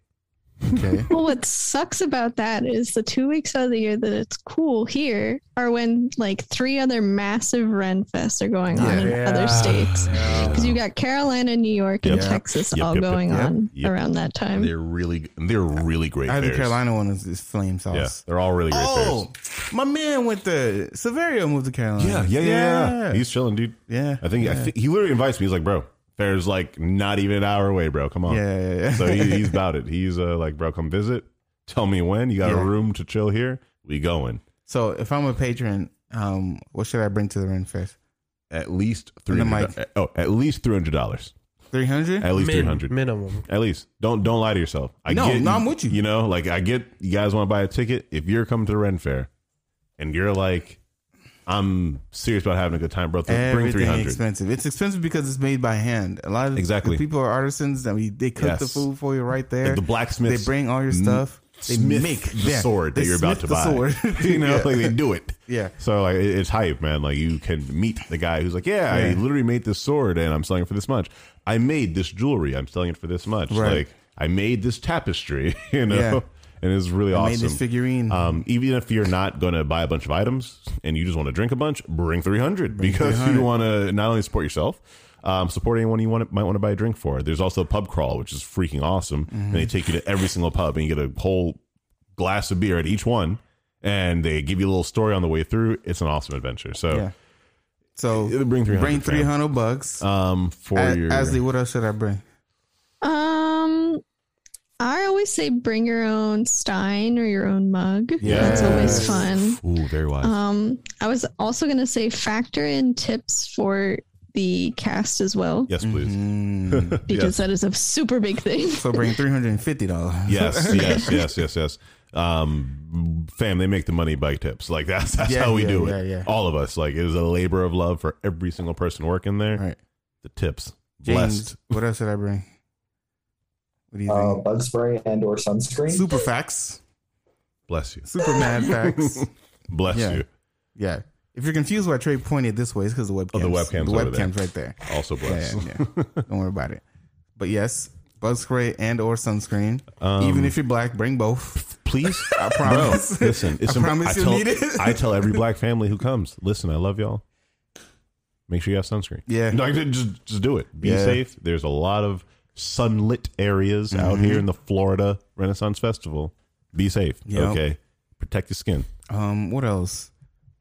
Okay.
Well, what sucks about that is the two weeks out of the year that it's cool here are when like three other massive Ren fests are going on in
Yeah.
other states. Because you got Carolina, New York, and
Yep.
Texas
Yep,
all
yep, yep,
going
yep,
on
yep.
around that time.
they're really they're really great.
I had the
fairs.
Carolina one is, is flame sauce.
Yeah, they're all really great
Oh, my man went to Severio moved to Carolina.
fairs. Yeah, yeah, yeah, yeah.
yeah.
He's chilling, dude.
Yeah.
I think I think he literally invites me. He's like, bro, fair's like not even an hour away, bro. Come on.
Yeah, yeah, yeah.
so he, he's about it. He's uh, like, bro, come visit. Tell me when you got a
Yeah.
room to chill here. We going
So if I'm a patron, um, what should I bring to the Ren Fest?
at least three
the
hundred. Oh, at least three hundred dollars.
Three hundred.
At least
Min-
three hundred.
minimum.
At least don't don't lie to yourself. I
No,
get,
no, I'm with you.
You know, like I get you guys want to buy a ticket. If you're coming to the Ren Fair, and you're like, I'm serious about having a good time, bro. th- Bring three
Everything
hundred.
expensive. It's expensive because it's made by hand. A lot of
Exactly.
the people are artisans. I mean, they cook the
Yes.
food for you right there.
The blacksmiths,
they bring all your
m-
stuff. They
smith
make
the
yeah,
sword that
they
you're about
smith
to
the
buy.
sword.
you know,
Yeah.
like they do it.
Yeah.
So like it- it's hype, man. Like you can meet the guy who's like, yeah, I
Yeah.
literally made this sword and I'm selling it for this much. I made this jewelry. I'm selling it for this much.
Right.
Like I made this tapestry. You know,
Yeah.
and it's really
I
awesome.
made this figurine.
Um, even if you're not going to buy a bunch of items and you just want to drink a bunch, bring 300 because you want to not only support yourself, um, support anyone you want might want to buy a drink for. There's also a pub crawl, which is freaking awesome, and they take you to every single pub and you get a whole glass of beer at each one, and they give you a little story on the way through. It's an awesome adventure. So
yeah. So
It'll bring 300
bring
fam.
three hundred bucks.
um, for
A-
your
Asley, what else should I bring?
Um, I always say bring your own stein or your own mug.
Yeah.
That's always fun.
ooh, very wise.
Um, I was also going to say factor in tips for the cast as well,
yes, please.
Mm.
because that is a super big thing.
so bring three hundred and fifty dollars.
Yes, yes, yes, yes, yes. Um, fam, they make the money by tips. Like that's that's
Yeah,
how we
yeah,
do it.
yeah, yeah.
All of us. Like it is a labor of love for every single person working there.
Right.
The tips,
James,
blessed.
what else should I bring? What do you
Uh,
think?
bug spray and or sunscreen.
Super facts.
Bless you.
Super mad facts.
Bless
Yeah.
you.
Yeah. If you're confused why Trey pointed this way, it's because the webcam.
Oh, the webcam's
The
over there.
webcam's right there.
Also blessed.
Yeah, yeah. Don't worry about it. But yes, bug spray and or sunscreen.
Um,
Even if you're black, bring both.
Please,
I promise.
Bro, listen, it's
I
imp-
promise you'll
tell,
need it.
I tell every black family who comes, listen, I love y'all. Make sure you have sunscreen.
Yeah.
No, just just do it. Be
Yeah.
safe. There's a lot of sunlit areas out
Mm-hmm.
here in the Florida Renaissance Festival. Be safe.
Yep.
Okay. Protect your skin.
Um, what else?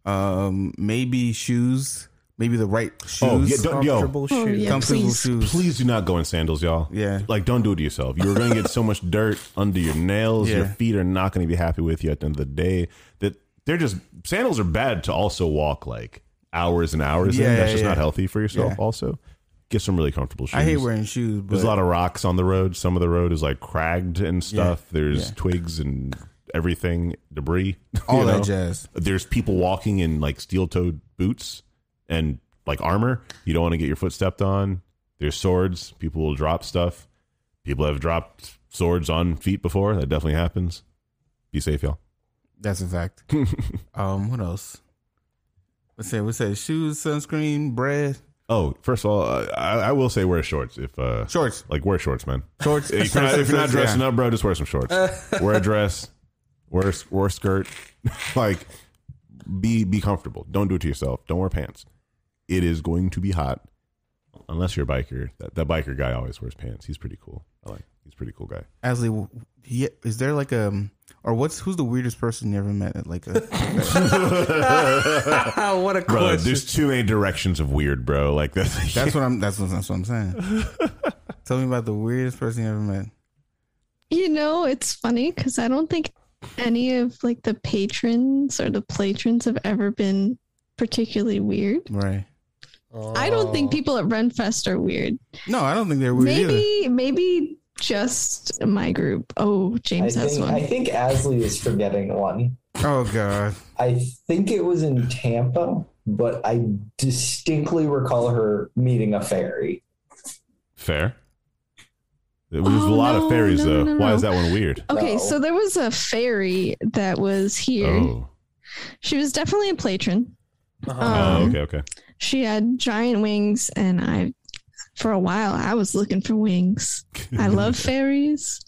Um, maybe shoes. Maybe the right shoes.
Oh, yeah, don't- yo,
Comfortable
Oh,
shoes.
yeah.
comfortable
please.
shoes.
please do not go in sandals, y'all.
Yeah.
Like, don't do it to yourself. You're going to get so much dirt under your nails. Your
Yeah.
feet are not going to be happy with you at the end of the day. That they're just, sandals are bad to also walk like hours and hours in.
Yeah,
That's just
yeah.
not healthy for yourself,
Yeah.
also. Get some really comfortable shoes.
I hate wearing shoes, but
There's a lot of rocks on the road. Some of the road is like cragged and stuff. There's
Yeah.
twigs and everything, debris. you
all that
know?
jazz.
there's people walking in like steel toed boots and like armor. You don't want to get your foot stepped on. There's swords. People will drop stuff. People have dropped swords on feet before. That definitely happens. Be safe, y'all.
That's a fact. um, what else? We said we said shoes, sunscreen, bread,
Oh, first of all, uh, I, I will say wear shorts if uh,
shorts,
like wear shorts, man.
shorts.
If you're not, if you're not
Yeah.
dressing up, bro, just wear some shorts. wear a dress. Wear a s- wear a skirt. like be be comfortable. Don't do it to yourself. Don't wear pants. It is going to be hot unless you're a biker. That that biker guy always wears pants. He's pretty cool. I like. He's a pretty cool guy.
Asley, w- yeah, is there like a or what's who's the weirdest person you ever met at like a
Ah, what a
Bro,
question.
there's too many directions of weird, bro. Like that's
That's what I'm that's what, that's what I'm saying. Tell me about the weirdest person you ever met.
You know, it's funny because I don't think any of like the patrons or the patrons have ever been particularly weird.
Right.
I don't think
Oh.
people at Renfest are weird.
No, I don't think they're weird either.
maybe, maybe just my group. Oh,
I
James has
think
one.
I think Asley is forgetting one.
Oh god.
I think it was in Tampa, but I distinctly recall her meeting a fairy.
fair. There's
Oh,
a lot
no,
of fairies
no,
though.
no, no,
Why
no. Oh,
is that one weird?
okay,
No.
so there was a fairy that was here.
Oh.
She was definitely a patron.
Uh-huh.
Oh,
Um,
okay, okay.
She had giant wings, and I, for a while, I was looking for wings. I love fairies,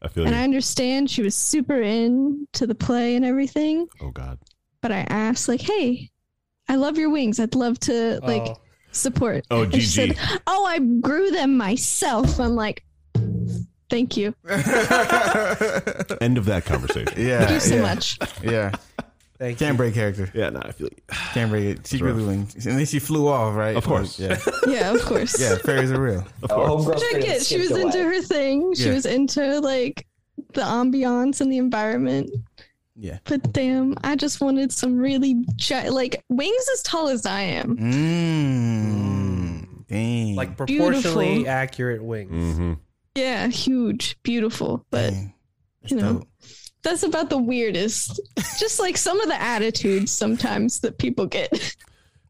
I feel
and
you.
I understand she was super into the play and everything.
oh god.
But I asked, like, "Hey, I love your wings. I'd love to like
Oh.
support."
Oh,
And she
GG.
said, "Oh, I grew them myself." I'm like, "Thank you.
End of that conversation.
Yeah.
Thank you so
yeah,
much."
Yeah.
Thank
Can't
you.
break character.
yeah, no, I feel you.
Can't break it. She
Sure.
really went. And then she flew off, right?
Of course.
Yeah.
Yeah, of course.
Yeah, fairies are real.
Of
Oh,
course.
homegirl
Which I
friend
get. She
skipped
was into
away.
her thing. She
Yeah.
was into like the ambiance and the environment.
Yeah.
But damn, I just wanted some really gi- like wings as tall as I am.
Mmm. Dang.
like
Beautiful.
proportionally accurate wings.
hmm
Yeah, huge, beautiful. But
Dang. That's
you know.
dope.
that's about the weirdest. just like some of the attitudes sometimes that people get.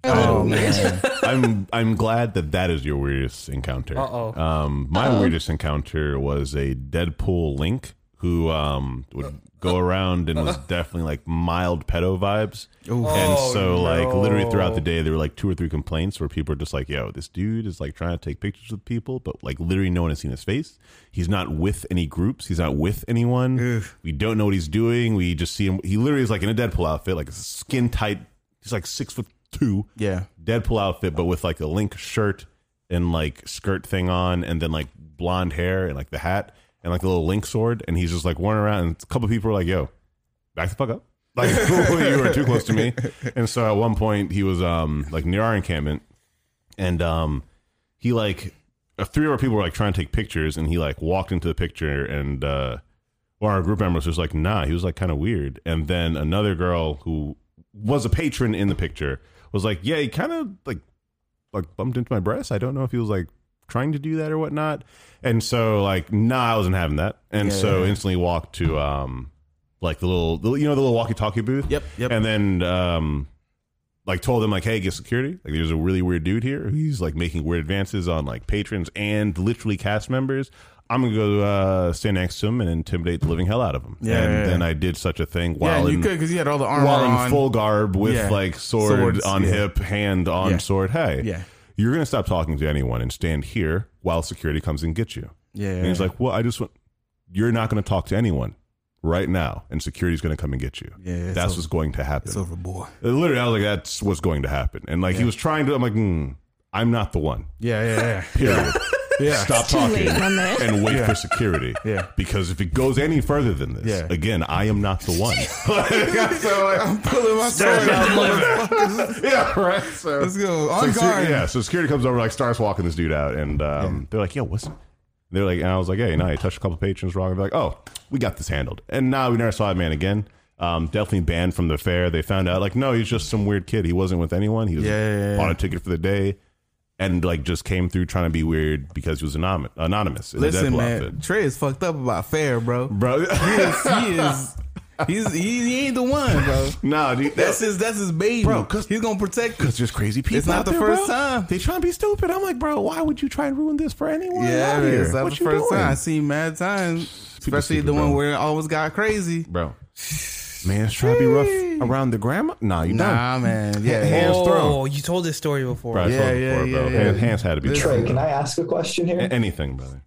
Are a
Oh,
little weird.
man.
I'm I'm glad that that is your weirdest encounter.
Uh-oh.
Um, my weirdest encounter was a Deadpool link who um,
Uh,
would go around and
uh-huh.
was definitely like mild pedo vibes.
Oof.
and
Oh,
so, like, literally throughout the
no.
day, there were like two or three complaints where people are just like, yo, this dude is like trying to take pictures with people, but like literally no one has seen his face. He's not with any groups. He's not with anyone.
Oof.
We don't know what he's doing. We just see him. He literally is like in a Deadpool outfit, like a skin tight. He's like six foot two.
Yeah.
Deadpool outfit, but with like a link shirt and like skirt thing on, and then like blonde hair and like the hat and like a little link sword, and he's just like running around. And a couple people were like, "Yo, back the fuck up! Like you were too close to me." And so at one point he was um like near our encampment, and um he like uh, three of our people were like trying to take pictures, and he like walked into the picture and uh well, our group member was just like, nah, he was like kind of weird. And then another girl who was a patron in the picture was like, yeah, he kind of like like bumped into my breast. I don't know if he was like trying to do that or whatnot. And so like, nah, I wasn't having that. And
Yeah,
so
yeah, yeah.
instantly walked to um like the little the, you know the little walkie-talkie booth.
Yep, yep.
And then um like told them like, hey, get security. Like there's a really weird dude here. He's like making weird advances on like patrons and literally cast members. I'm gonna go uh, stand next to him and intimidate the living hell out of him.
Yeah,
and
yeah, yeah.
then I did such a thing
Yeah,
while
and you
in,
could because you had all the armor
while
on.
in full garb with
Yeah.
like sword
Swords,
on
yeah.
hip, hand on
Yeah.
sword. Hey,
Yeah.
you're gonna stop talking to anyone and stand here while security comes and get you.
Yeah.
And he's like, "Well, I just want you're not going to talk to anyone right now, and security's going to come and get you.
Yeah, it's
that's
over.
what's going to happen. Uh,
it's over, boy.
Literally, I was like, that's what's going to happen. And like he was trying to, I'm like, hmm, I'm not the one.
Yeah, yeah, yeah.
Period.
Yeah.
Stop
Too late
talking
on that.
and wait for security.
Yeah.
Because if it goes any further than this,
Yeah.
again, I am not the one.
so like, I'm pulling my sword out.
yeah, right. So
Let's go.
So
On
secu-
guard.
yeah, so security comes over, like starts walking this dude out, and um, they're like, "Yo, what's?" They're like, and I was like, "Hey, no, you touched a couple patrons wrong." And they're like, "Oh, we got this handled." And now we never saw that man again. Um, definitely banned from the fair. They found out like, no, he's just some weird kid. He wasn't with anyone. He was
Yeah, yeah, yeah.
bought a ticket for the day, and like just came through trying to be weird because he was anom- anonymous. In the
Listen,
Deadpool
man,
outfit.
Trey is fucked up about fair, bro.
bro.
He is. He is he's, he, he ain't the one, bro.
nah, dude,
That's
that's
his. That's his baby,
Bro, 'cause-
he's gonna protect us.
because there's crazy people.
It's not
out
the
there,
first
bro.
time.
They trying to be stupid. I'm like, bro, why would you try and ruin this for anyone?
Yeah,
out
man,
here?
it's not
What
the
you
first
doing?
time. I seen mad times,
People
especially
stupid,
the one
bro.
where it always got crazy.
bro. Man's trying to be rough around the grandma. Nah, you done.
Nah, man. Yeah,
Hey, Hands
oh,
thrown.
you told this story before.
Bro, I told
Yeah,
you
yeah,
before, bro.
yeah, yeah.
Hands, hands had to be
This-
Trey,
thrown.
can I ask a question here?
A- Anything, brother.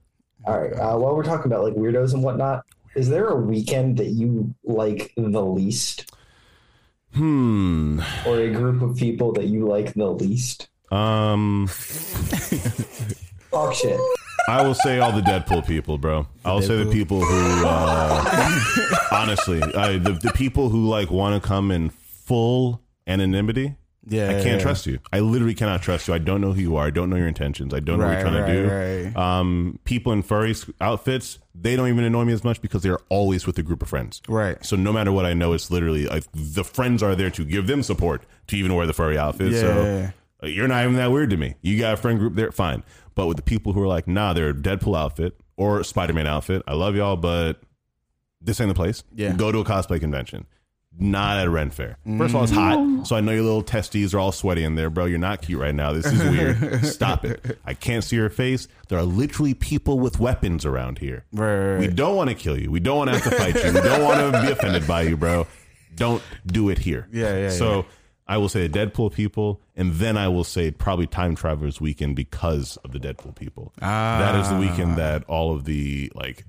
All right. Uh, while we're talking about like weirdos and whatnot, is there a weekend that you like the least,
Hmm.
or a group of people that you like the least?
Um.
Fuck shit.
I will say all the Deadpool people, bro. I'll say the
Deadpool.
people who, uh, honestly, I, the the people who like want to come in full anonymity.
yeah.
I can't trust you. I literally cannot trust you. I don't know who you are. I don't know your intentions. I don't know what
Right,
you're trying to do.
right, right.
Um, people in furry s- outfits, they don't even annoy me as much because they're always with a group of friends.
Right.
So no matter what I know, it's literally I, the friends are there to give them support to even wear the furry outfit.
Yeah,
so
yeah,
uh, you're not even that weird to me. You got a friend group there, fine. But with the people who are like, nah, they're a Deadpool outfit or Spider Man outfit. I love y'all, but this ain't the place.
Yeah.
Go to a cosplay convention. Not at a Ren Fair. First of all, it's hot. So I know your little testes are all sweaty in there, bro. You're not cute right now. This is weird. Stop it. I can't see your face. There are literally people with weapons around here.
Right, right,
We
right.
don't want to kill you. We don't want to have to fight you. We don't want to be offended by you, bro. Don't do it here.
Yeah, yeah,
So I will say the Deadpool people, and then I will say probably Time Travelers Weekend because of the Deadpool people.
Ah.
That is the weekend that all of the like,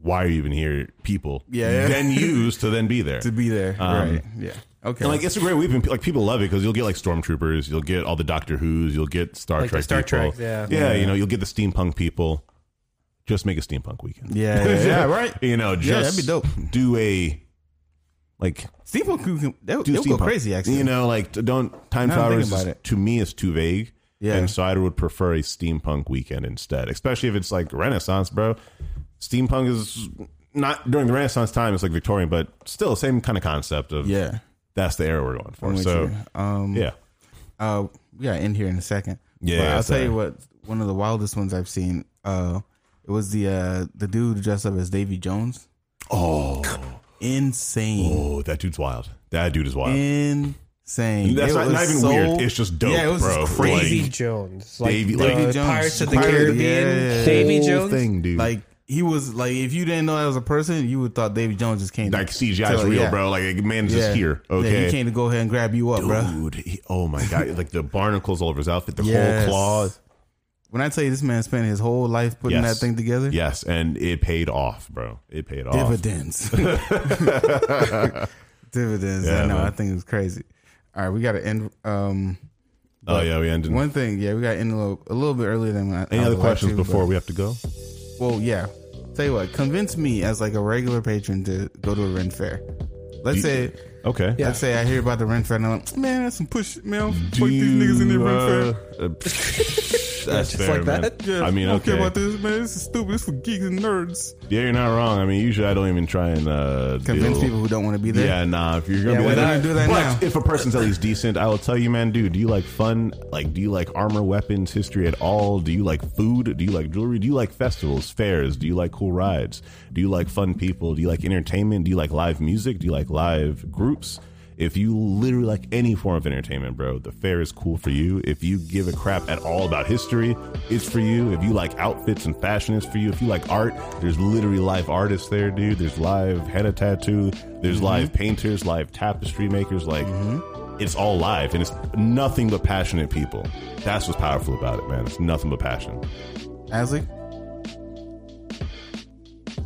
why are you even here, people?
Yeah, yeah.
Then used to then be there.
to be there.
Um,
right. Yeah. Okay.
And like it's a great weekend. Like people love it because you'll get like stormtroopers, you'll get all the Doctor Who's, you'll get Star
Like
Trek
the Star
people.
Treks, yeah.
yeah, you know, you'll get the steampunk people. Just make a steampunk weekend.
yeah, yeah, yeah, right.
You know, just
Yeah, that'd be dope.
Do a like
Steve will, they they'll
do
go
steampunk.
crazy. Actually,
you know, like t- don't time
Now I'm
travel
thinking about it.
to me is too vague.
Yeah.
and so I would prefer a steampunk weekend instead, especially if it's like Renaissance, bro. Steampunk is not during the Renaissance time; it's like Victorian, but still same kind of concept of
Yeah.
That's the era we're going for.
I'm with
so
you. um,
yeah,
uh, we got in here in a second.
Yeah,
But
yeah,
I'll
sorry.
tell you what. One of the wildest ones I've seen. Uh, it was the uh the dude dressed up as Davy Jones.
oh,
Insane.
oh, that dude's wild. That dude is wild.
Insane.
That's
It
not-
was
not even
so-
weird. It's just dope,
Yeah, it was
bro.
just
Like-
crazy.
Davy Jones, like
Davy-
the
Davy
Jones.
Pirates of the
Pirate-
Caribbean.
yeah, yeah, yeah.
Davy
Whole
Jones.
thing, dude.
like he was like, if you didn't know that was a person, you would thought Davy Jones just came. to-
Like CGI is
So,
real,
yeah.
bro. Like man's
Yeah.
just here.
Yeah,
Okay.
he came to go ahead and grab you up, bro.
Dude, he- oh my god! Like the barnacles all over his outfit, the
Yes.
whole claw.
When I tell you this man spent his whole life putting
Yes.
that thing together,
Yes, and it paid off, bro. It paid off.
dividends. dividends.
Yeah,
I know.
man.
I think it was crazy. All right, we got to end. Um,
Oh yeah, we ended.
one thing, yeah, we got to end a little, a little bit earlier than I, I
Any other
would like
questions
to,
before
but-
we have to go?
Well, yeah. Tell you what, convince me as like a regular patron to go to a Ren fair. Let's
You-
say,
Okay.
Yeah.
let's say I hear about the Ren fair and I'm like, man, that's some push, man.
Do
Fuck these niggas in their Ren fair.
uh, uh, that's
just
fair,
like
man.
that?
Yeah,
I mean,
I don't
okay.
care about this, man. This is stupid. This is for geeks and nerds.
Yeah, you're not wrong. I mean, usually I don't even try and uh,
Convince
deal-
people who don't want to be there.
Yeah, nah. If you're gonna
Yeah,
be
why
that-
not do that
but
now?
if a person's at least decent, I will tell you, man, dude. Do you like fun? Like, do you like armor, weapons, history at all? Do you like food? Do you like jewelry? Do you like festivals, fairs? Do you like cool rides? Do you like fun people? Do you like entertainment? Do you like live music? Do you like live groups? If you literally like any form of entertainment, bro, the fair is cool for you. If you give a crap at all about history, it's for you. If you like outfits and fashion, it's for you. If you like art, there's literally live artists there, dude. There's live henna tattoo. There's live painters, live tapestry makers. Like, it's all live, and it's nothing but passionate people. That's what's powerful about it, man. It's nothing but passion.
Asley?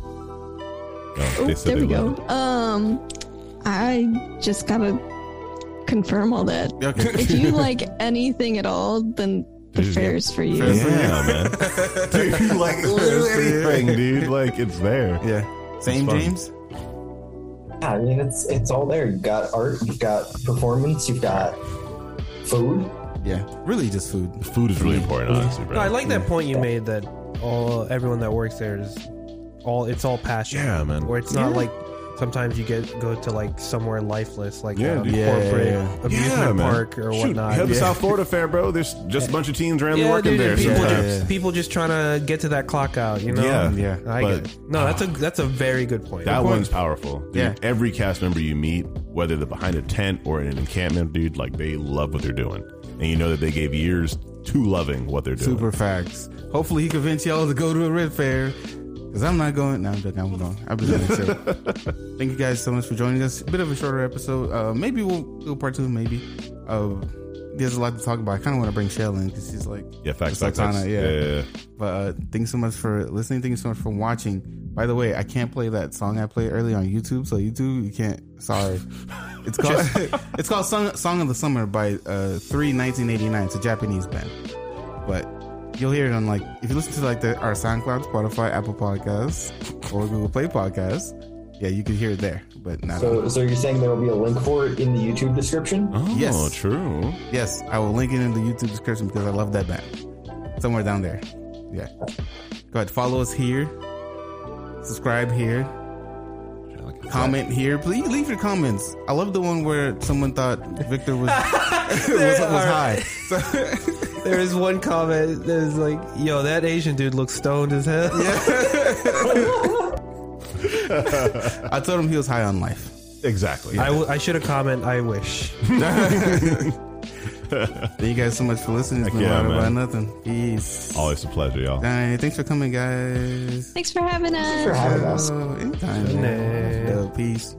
Oh,
Oh,
they said
there we
they
go.
love it.
Um, I just gotta confirm all that.
Okay.
If you like anything at all, then the
Dude.
fair's for you.
Fair's-
Yeah, man. dude, like literally anything, dude. Like it's there.
yeah. Same,
fun.
James?
Yeah, I mean, it's it's all there. You've got art, you've got performance, you've got food.
Yeah. Really just food.
Food is really important, honestly, bro.
No, I like that point you made that all everyone that works there is all it's all passion.
Yeah, man.
Where it's not
Yeah.
like sometimes you get go to like somewhere lifeless, like
Yeah,
a
dude.
Yeah,
corporate
yeah, yeah.
amusement park or
Shoot,
whatnot.
Head to
yeah.
South Florida Fair, bro. There's just a bunch of teens randomly working
dude,
there.
and people,
sometimes.
Just, people just trying to get to that clock out, you know?
Yeah,
Yeah.
I
but-
get it. No, that's a that's a very good point.
That one's powerful. Dude,
Yeah.
Every cast member you meet, whether they're behind a tent or in an encampment, dude, like they love what they're doing. And you know that they gave years to loving what they're doing.
Super facts. Hopefully he convinced y'all to go to a red fair. Cause I'm not going. No, I'm joking. I'm going. I'll be doing it too. Thank you guys so much for joining us. Bit of a shorter episode. Uh, maybe we'll do a part two. Maybe. Uh, there's a lot to talk about. I kind of want to bring Shell in because she's like
Yeah, facts,
Just like
facts,
Tana,
facts.
yeah. But uh, thanks so much for listening. Thank you so much for watching. By the way, I can't play that song I played earlier on YouTube. So YouTube, you can't. Sorry. It's called it's called Song, Song of the Summer by uh, Three 1989. It's a Japanese band, but you'll hear it on like if you listen to like the, our SoundCloud, Spotify, Apple Podcasts, or Google Play Podcasts. Yeah, you can hear it there, but not.
So, so you're saying there will be a link for it in the YouTube description?
Oh,
Yes.
true.
yes, I will link it in the YouTube description because I love that band. Somewhere down there. Yeah. Go ahead, follow us here. Subscribe here. comment here. Please leave your comments. I love the one where someone thought Victor was was, was high. So,
There is one comment that is like, yo, that Asian dude looks stoned as hell.
I told him he was high on life.
Exactly.
I, w- I should have comment. I wish.
Thank you guys so much for listening. It's
Heck
been
yeah,
Loud
man.
about nothing. Peace.
Always a pleasure, y'all.
Hey, thanks for coming, guys.
Thanks for having us.
for having us.
Oh, anytime. man.
Nah.
Yeah, peace.